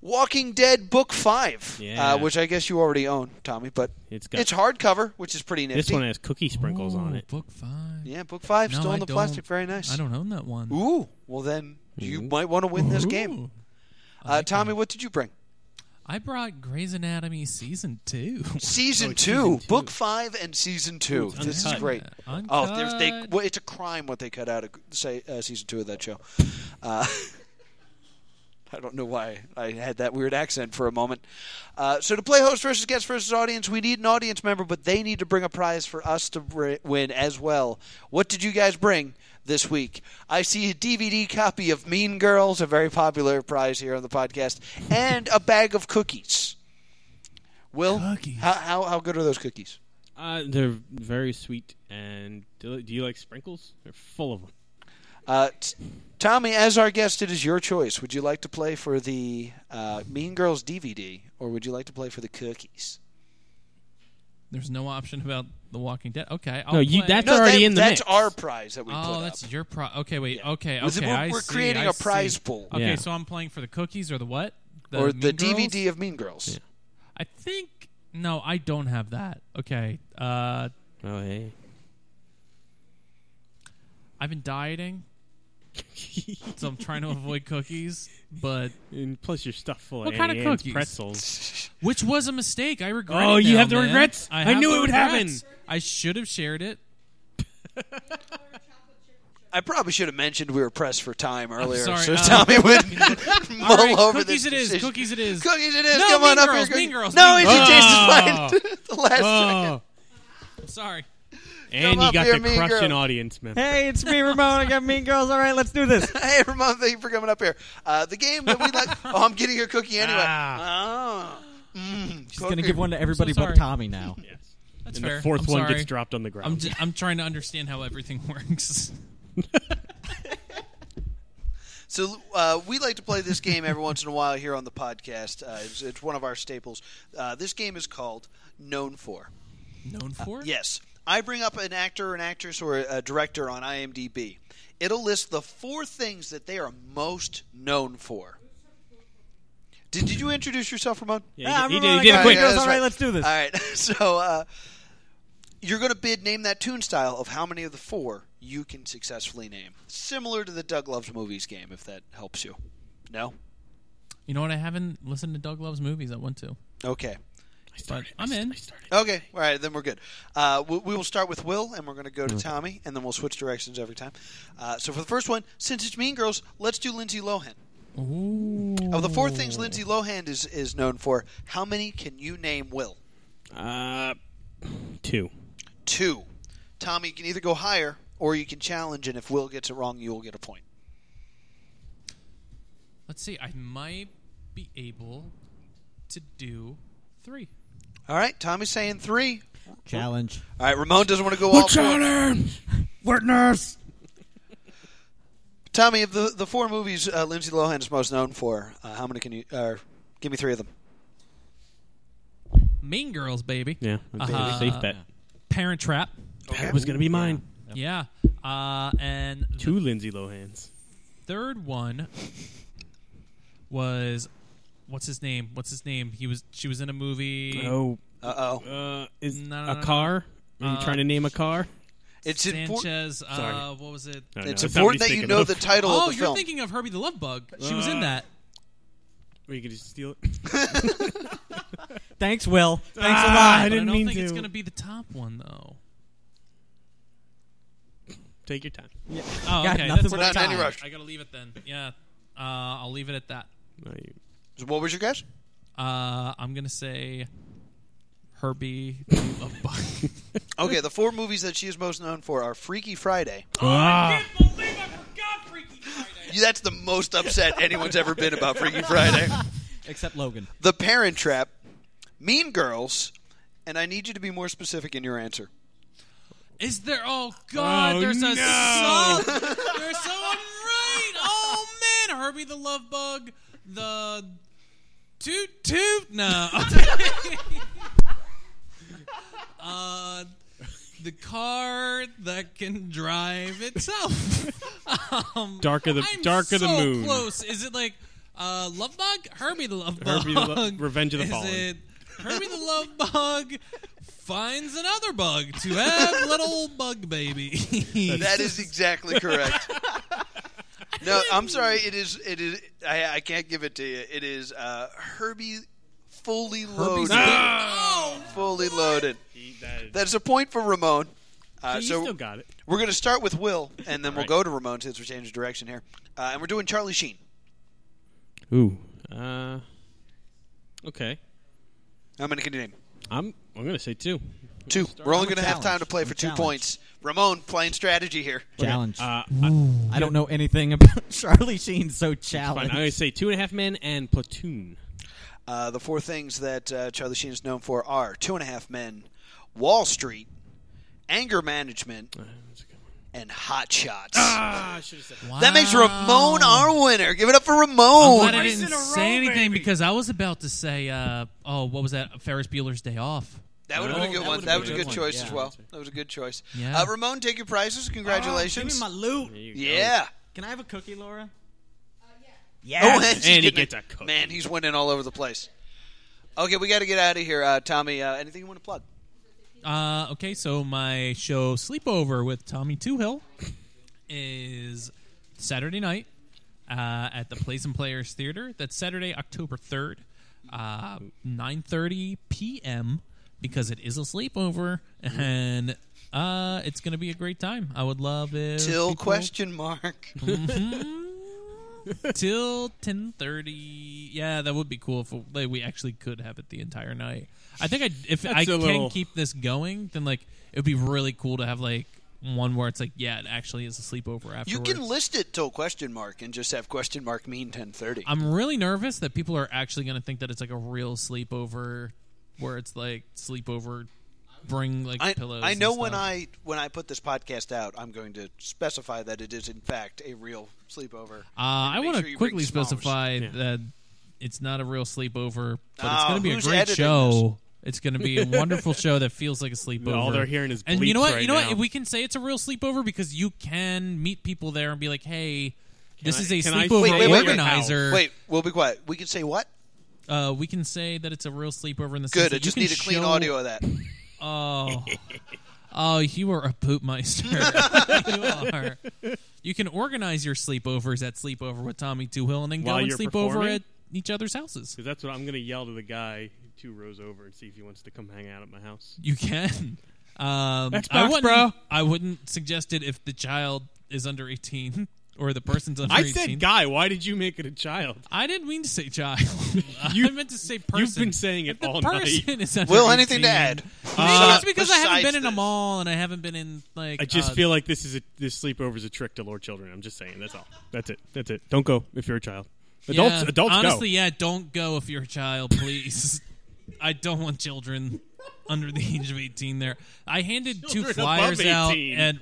S3: Walking Dead Book Five,
S4: Yeah.
S3: uh, which I guess you already own, Tommy, but
S4: It's got-
S3: it's hardcover, which is pretty nifty.
S4: This one has cookie sprinkles on
S5: Ooh,
S4: it.
S5: Book five.
S3: yeah, Book Five,
S5: No,
S3: still
S5: I
S3: in the
S5: don't-
S3: plastic, very nice.
S5: I don't own that one.
S3: Ooh, well then you might want to win this game.
S5: Ooh.
S3: Uh, Tommy, what did you bring?
S5: I brought Grey's Anatomy season two.
S3: Season,
S4: Oh,
S3: two,
S4: season two.
S3: book five, and season two.
S4: it's
S3: This is
S4: uncut.
S3: great.
S5: Uncut.
S3: Oh, there's, they, well, it's a crime what they cut out of say, uh, season two of that show. Uh, I don't know why I had that weird accent for a moment. Uh, so to play host versus guest versus audience, we need an audience member, but they need to bring a prize for us to br- win as well. What did you guys bring this week? I see a DVD copy of Mean Girls, a very popular prize here on the podcast, and a bag of cookies. Will,
S5: Cookies.
S3: How, how how good are those cookies?
S4: Uh, they're very sweet and do, do you like sprinkles? They're full of them.
S3: Uh, t- Tommy, as our guest, it is your choice. Would you like to play for the uh, Mean Girls DVD, or would you like to play for the cookies?
S5: There's no option about The Walking Dead. Okay, I'll
S4: No, you-
S5: play.
S4: that's
S3: No,
S4: already
S3: that-
S4: in the
S3: that's
S4: mix.
S3: our prize that we put
S5: Oh,
S3: up.
S5: that's your pro. Okay, wait.
S3: Yeah.
S5: Okay,
S3: It's-
S5: okay.
S3: we're-
S5: I
S3: we're
S5: see,
S3: creating
S5: I
S3: a prize
S5: see.
S3: pool.
S5: Okay,
S4: Yeah.
S5: so I'm playing for the cookies or the what?
S3: or the
S5: Mean Girls?
S3: DVD of Mean Girls.
S5: I think no, I don't have that. Okay, uh,
S4: Oh hey.
S5: I've been dieting, so I'm trying to avoid cookies. But
S4: and plus your stuff full
S5: What
S4: of
S5: kind of
S4: Annie Ann's
S5: cookies?
S4: pretzels.
S5: which was a mistake. I regret.
S4: Oh,
S5: it
S4: you
S5: now,
S4: have the
S5: man.
S4: regrets?
S5: I,
S4: I
S5: have
S4: knew
S5: the
S4: it would happen.
S5: regrets. I should have shared it.
S3: I probably should have mentioned we were pressed for time earlier,
S5: sorry,
S3: so
S5: uh,
S3: Tommy would mull
S5: All right,
S3: over
S5: cookies
S3: this.
S5: it is.
S3: decision.
S5: Cookies it is.
S3: Cookies it is.
S5: No,
S3: Come
S5: Mean
S3: on up
S5: Girls,
S3: here.
S5: Mean Girls,
S3: no,
S5: Mean
S3: he
S5: Girls. Oh.
S3: just changed his mind. the last second.
S4: Oh,
S5: Sorry.
S4: and
S3: up
S4: you got
S3: here,
S4: the
S3: mean
S4: corruption
S3: girl.
S4: audience member.
S6: Hey, it's me, Ramon. I got Mean Girls. All right, let's do this.
S5: Oh.
S3: Hey, Ramon, thank you for coming up here. Uh, the game that we like. oh, I'm getting a cookie anyway.
S4: Ah.
S5: Ah,
S3: Oh. Mm,
S6: Just gonna give one to everybody
S5: so
S6: but
S5: sorry.
S6: Tommy now.
S4: Yes.
S5: That's
S4: And
S5: fair.
S4: the fourth
S5: I'm
S4: one
S5: sorry.
S4: gets dropped on the ground.
S5: I'm j- I'm trying to understand how everything works.
S3: So uh, we like to play this game every once in a while here on the podcast. Uh, it's, it's one of our staples. Uh, this game is called Known For.
S5: Known
S4: Uh,
S5: for?
S3: Yes. I bring up an actor, an actress, or a director on IMDb. It'll list the four things that they are most known for. Did, did you introduce yourself, Ramon?
S6: Ah,
S4: yeah, he,
S6: Ramon,
S4: did,
S6: I
S4: he did
S6: got
S4: it
S6: Mean
S4: quick.
S6: Girls.
S3: that's
S6: All right,
S3: right.
S6: let's do this.
S3: All right. So uh, you're going to bid name that tune style of how many of the four you can successfully name. Similar to the Doug Loves Movies game, if that helps you. No?
S5: You know what? I haven't listened to Doug Loves Movies. I want to.
S3: Okay.
S5: But I'm in.
S3: Okay. All right. Then we're good. Uh, we, we will start with Will, and we're going to go to
S6: Mm-hmm.
S3: Tommy, and then we'll switch directions every time. Uh, so for the first one, since it's Mean Girls, let's do Lindsay Lohan.
S5: Ooh.
S3: Of the four things Lindsay Lohan is, is known for, how many can you name, Will?
S4: Uh, two.
S3: Two. Tommy, you can either go higher or you can challenge, and if Will gets it wrong, you will get a point.
S5: Let's see. I might be able to do three.
S3: All right. Tommy's saying three.
S6: Challenge.
S3: All right. Ramon doesn't want to go all four.
S6: Witness.
S3: Tommy, of the, the four movies uh, Lindsay Lohan is most known for, uh, how many can you. Uh, give me three of them.
S5: Mean Girls, baby.
S4: Yeah, okay,
S5: Uh-huh.
S4: safe bet.
S5: Parent Trap.
S4: That was gonna be mine.
S5: Yeah. Uh, and the
S4: Two Lindsay Lohan's.
S5: third one was what's his name? What's his name? He was. She was in a movie.
S4: Oh,
S3: Uh oh.
S4: uh, is
S5: No, no, no,
S4: a
S5: no.
S4: car? Are you
S5: Uh,
S4: trying to name a car?
S3: It's important.
S5: Sanchez. Uh,
S4: Sorry.
S5: what was it?
S4: Oh, No, no,
S3: It's
S4: that's not
S3: important
S4: what he's
S3: that you
S4: thinking
S3: know
S4: of.
S3: the title
S5: Oh,
S3: of the
S5: you're
S3: film.
S5: thinking of Herbie the Love Bug. She was in
S4: Uh,
S5: that.
S4: Or you could just steal it.
S6: Thanks, Will. Thanks a
S4: Ah, I
S6: lot.
S5: But I
S4: didn't
S5: don't
S4: mean
S5: think it's
S4: to.
S5: gonna be the top one though.
S4: Take your time.
S5: Oh,
S6: Got nothing
S5: okay. That's
S6: but
S5: what I
S3: time.
S5: thought.
S3: Any rush.
S5: I gotta leave it then. Yeah, uh, I'll leave it at that.
S4: No, you-
S3: what was your guess?
S5: Uh, I'm gonna say Herbie. the Buck.
S3: Okay, the four movies that she is most known for are Freaky Friday.
S4: Ah,
S3: That's the most upset anyone's ever been about Freaky Friday.
S6: Except Logan.
S3: The Parent Trap, Mean Girls, and I need you to be more specific in your answer.
S5: Is there? Oh God!
S4: Oh,
S5: there's
S4: no.
S5: a sub. There's someone right. Oh man, Herbie the Love Bug. The toot toot. No. uh, the car that can drive itself. um,
S4: Darker the-
S5: I'm
S4: darker the
S5: so
S4: moon.
S5: Close. Is it like uh, Love Bug? Herbie the Love Bug.
S4: Herbie the Lo- Revenge of the
S5: Is
S4: Fallen.
S5: it Herbie the Love Bug finds another bug to have little bug baby.
S3: That is exactly correct. No, I'm sorry. It is. It is. I, I can't give it to you. It is uh, Herbie, fully loaded.
S5: Oh,
S3: Fully loaded.
S4: he- that is-
S3: That's a point for Ramon. Uh,
S4: you
S3: so
S4: still got it.
S3: We're going to start with Will, and then we'll
S4: Right.
S3: go to Ramon since we're changing direction here. Uh, and we're doing Charlie Sheen.
S4: Ooh. Uh, okay.
S3: How many can you name?
S4: I'm. I'm gonna say two.
S3: Two. We're only
S6: I'm
S3: going to have time
S6: challenged.
S3: to play for
S6: I'm
S3: two
S6: challenged.
S3: points. Ramon playing strategy here.
S6: Challenge.
S4: Uh, I,
S6: I don't know anything about Charlie Sheen, so
S4: fine. I'm
S6: challenge.
S4: gonna say two and a half men and platoon.
S3: Uh, the four things that uh, Charlie Sheen is known for are Two and a Half Men, Wall Street, anger management,
S4: Uh, that's a good one.
S3: and hot shots.
S4: Ah, I should have said.
S3: That makes Ramon our winner. Give it up for
S5: I'm glad I
S3: Ramon.
S5: oh, didn't say anything because I was about to say, uh, oh, what was that? Ferris Bueller's Day Off.
S3: That would have been a
S6: Oh,
S3: good
S6: that
S3: one.
S6: would've
S3: That
S6: been
S3: was
S6: a
S3: a
S6: good
S3: good
S6: one.
S3: choice
S6: Yeah.
S3: as well. That was a good choice.
S6: Yeah.
S3: Uh, Ramon, take your prizes.
S6: give
S3: Congratulations.
S6: me my loot.
S4: There you go.
S3: yeah.
S6: Can I have a cookie, Laura?
S3: Oh,
S6: Yes.
S3: he's
S4: And he
S3: getting
S4: gets a cookie.
S3: Man, he's winning all over the place. Okay, we got to get out of here, uh, Tommy. Uh, anything you want to plug?
S5: Uh, okay, so my show Sleepover with Tommy Toohill is Saturday night uh, at the Place and Players Theater. That's Saturday, October 3rd, uh, 9.30 p.m. because it is a sleepover, and uh, it's going to be a great time. I would love it.
S3: Till question mark.
S5: till 10.30 yeah that would be cool if like, we actually could have it the entire night i think I, if i
S4: a
S5: can
S4: little-
S5: keep this going then like it would be really cool to have like one where it's like yeah it actually is a sleepover
S3: You
S5: afterwards
S3: can list it till question mark and just have question mark mean ten thirty.
S5: i'm really nervous that people are actually going to think that it's like a real sleepover where it's like sleepover bring like
S3: I,
S5: pillows
S3: I
S5: and
S3: know when
S5: stuff.
S3: I when I put this podcast out, I'm going to specify that it is in fact a real sleepover.
S5: Uh, I
S3: make
S5: want to
S3: sure you bring
S5: quickly
S3: smallers.
S5: specify that it's not a real sleepover, but it's
S3: Oh,
S5: going to be a
S3: who's
S5: great
S3: editing
S5: show. It's going to be a wonderful show that feels like a sleepover.
S4: All they're hearing is
S5: and you know
S4: bleeps
S5: what?
S4: right
S5: you know
S4: now.
S5: what? We can say it's a real sleepover because you can meet people there and be like, "Hey, this
S4: I-
S5: is a
S4: can I
S5: sleepover
S4: stay
S3: at your
S5: organizer."
S3: Wait, we'll be quiet. We can say what?
S5: uh, we can say that it's a real sleepover in the sense
S3: Good.
S5: that
S3: I
S5: you
S3: just
S5: can
S3: need a clean
S5: show-
S3: audio of that.
S5: Oh. Oh, you are a poopmeister. you are. You can organize your sleepovers at Sleepover with Tommy Toohill and then go
S4: While
S5: and
S4: you're
S5: sleep over
S4: performing?
S5: at each other's houses.
S4: Because that's what I'm going to yell to the guy two rows over and see if he wants to come hang out at my house.
S5: You can. Um,
S4: Xbox,
S5: I wouldn't,
S4: bro.
S5: I wouldn't suggest it if the child is under 18 or the person's under
S4: I
S5: 18.
S4: said guy. Why did you make it a child?
S5: I didn't mean to say child. I
S4: You-
S5: meant to say person.
S4: been saying it
S5: If the
S4: all night.
S5: person Is under
S3: Will, anything to
S5: 18,
S3: add?
S5: Maybe
S3: Uh,
S5: it's because I haven't
S3: besides
S5: been in a
S3: this.
S5: mall and I haven't been in like.
S4: I just
S5: uh,
S4: feel like this is a this sleepover is a trick to lure children. I'm just saying. That's all. That's it. That's it. Don't go if you're a child. Adults,
S5: Yeah,
S4: adults
S5: honestly,
S4: go.
S5: yeah, don't go if you're a child, please. I don't want children under the age of 18 there. I handed two
S4: Children
S5: flyers
S4: above
S5: out
S4: 18.
S5: at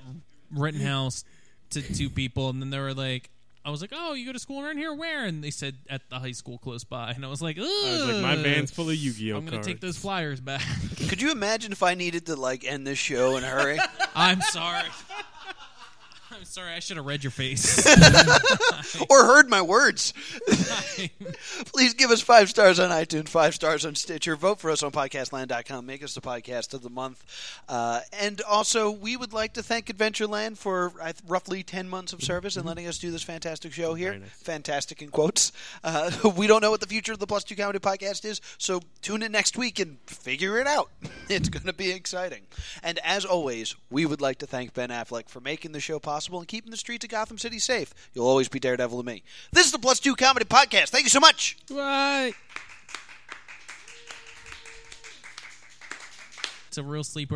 S5: Rittenhouse to two people, and then they were like, I was like, oh, you go to school around here? Where? And they said, at the high school close by. And I was like, ugh.
S4: I was like, my van's full of Yu-Gi-Oh
S5: I'm going
S4: cards.
S5: to take those flyers back.
S3: Could you imagine if I needed to like end this show in a hurry?
S5: I'm sorry. I'm sorry. I should have read your face.
S3: or heard my words.
S5: I'm
S3: Please give us five stars on iTunes, five stars on Stitcher. Vote for us on podcastland.com. Make us the podcast of the month. Uh, and also, we would like to thank Adventureland for I th- roughly 10 months of service and letting us do this fantastic show here. Fantastic in quotes. Uh, we don't know what the future of the Plus Two Comedy podcast is, so tune in next week and figure it out. It's going to be exciting. And as always, we would like to thank Ben Affleck for making the show possible and keeping the streets of Gotham City safe. You'll always be Daredevil to me. This is the Plus Two Comedy podcast. Thank you so much.
S4: Right.
S5: it's a real sleepover.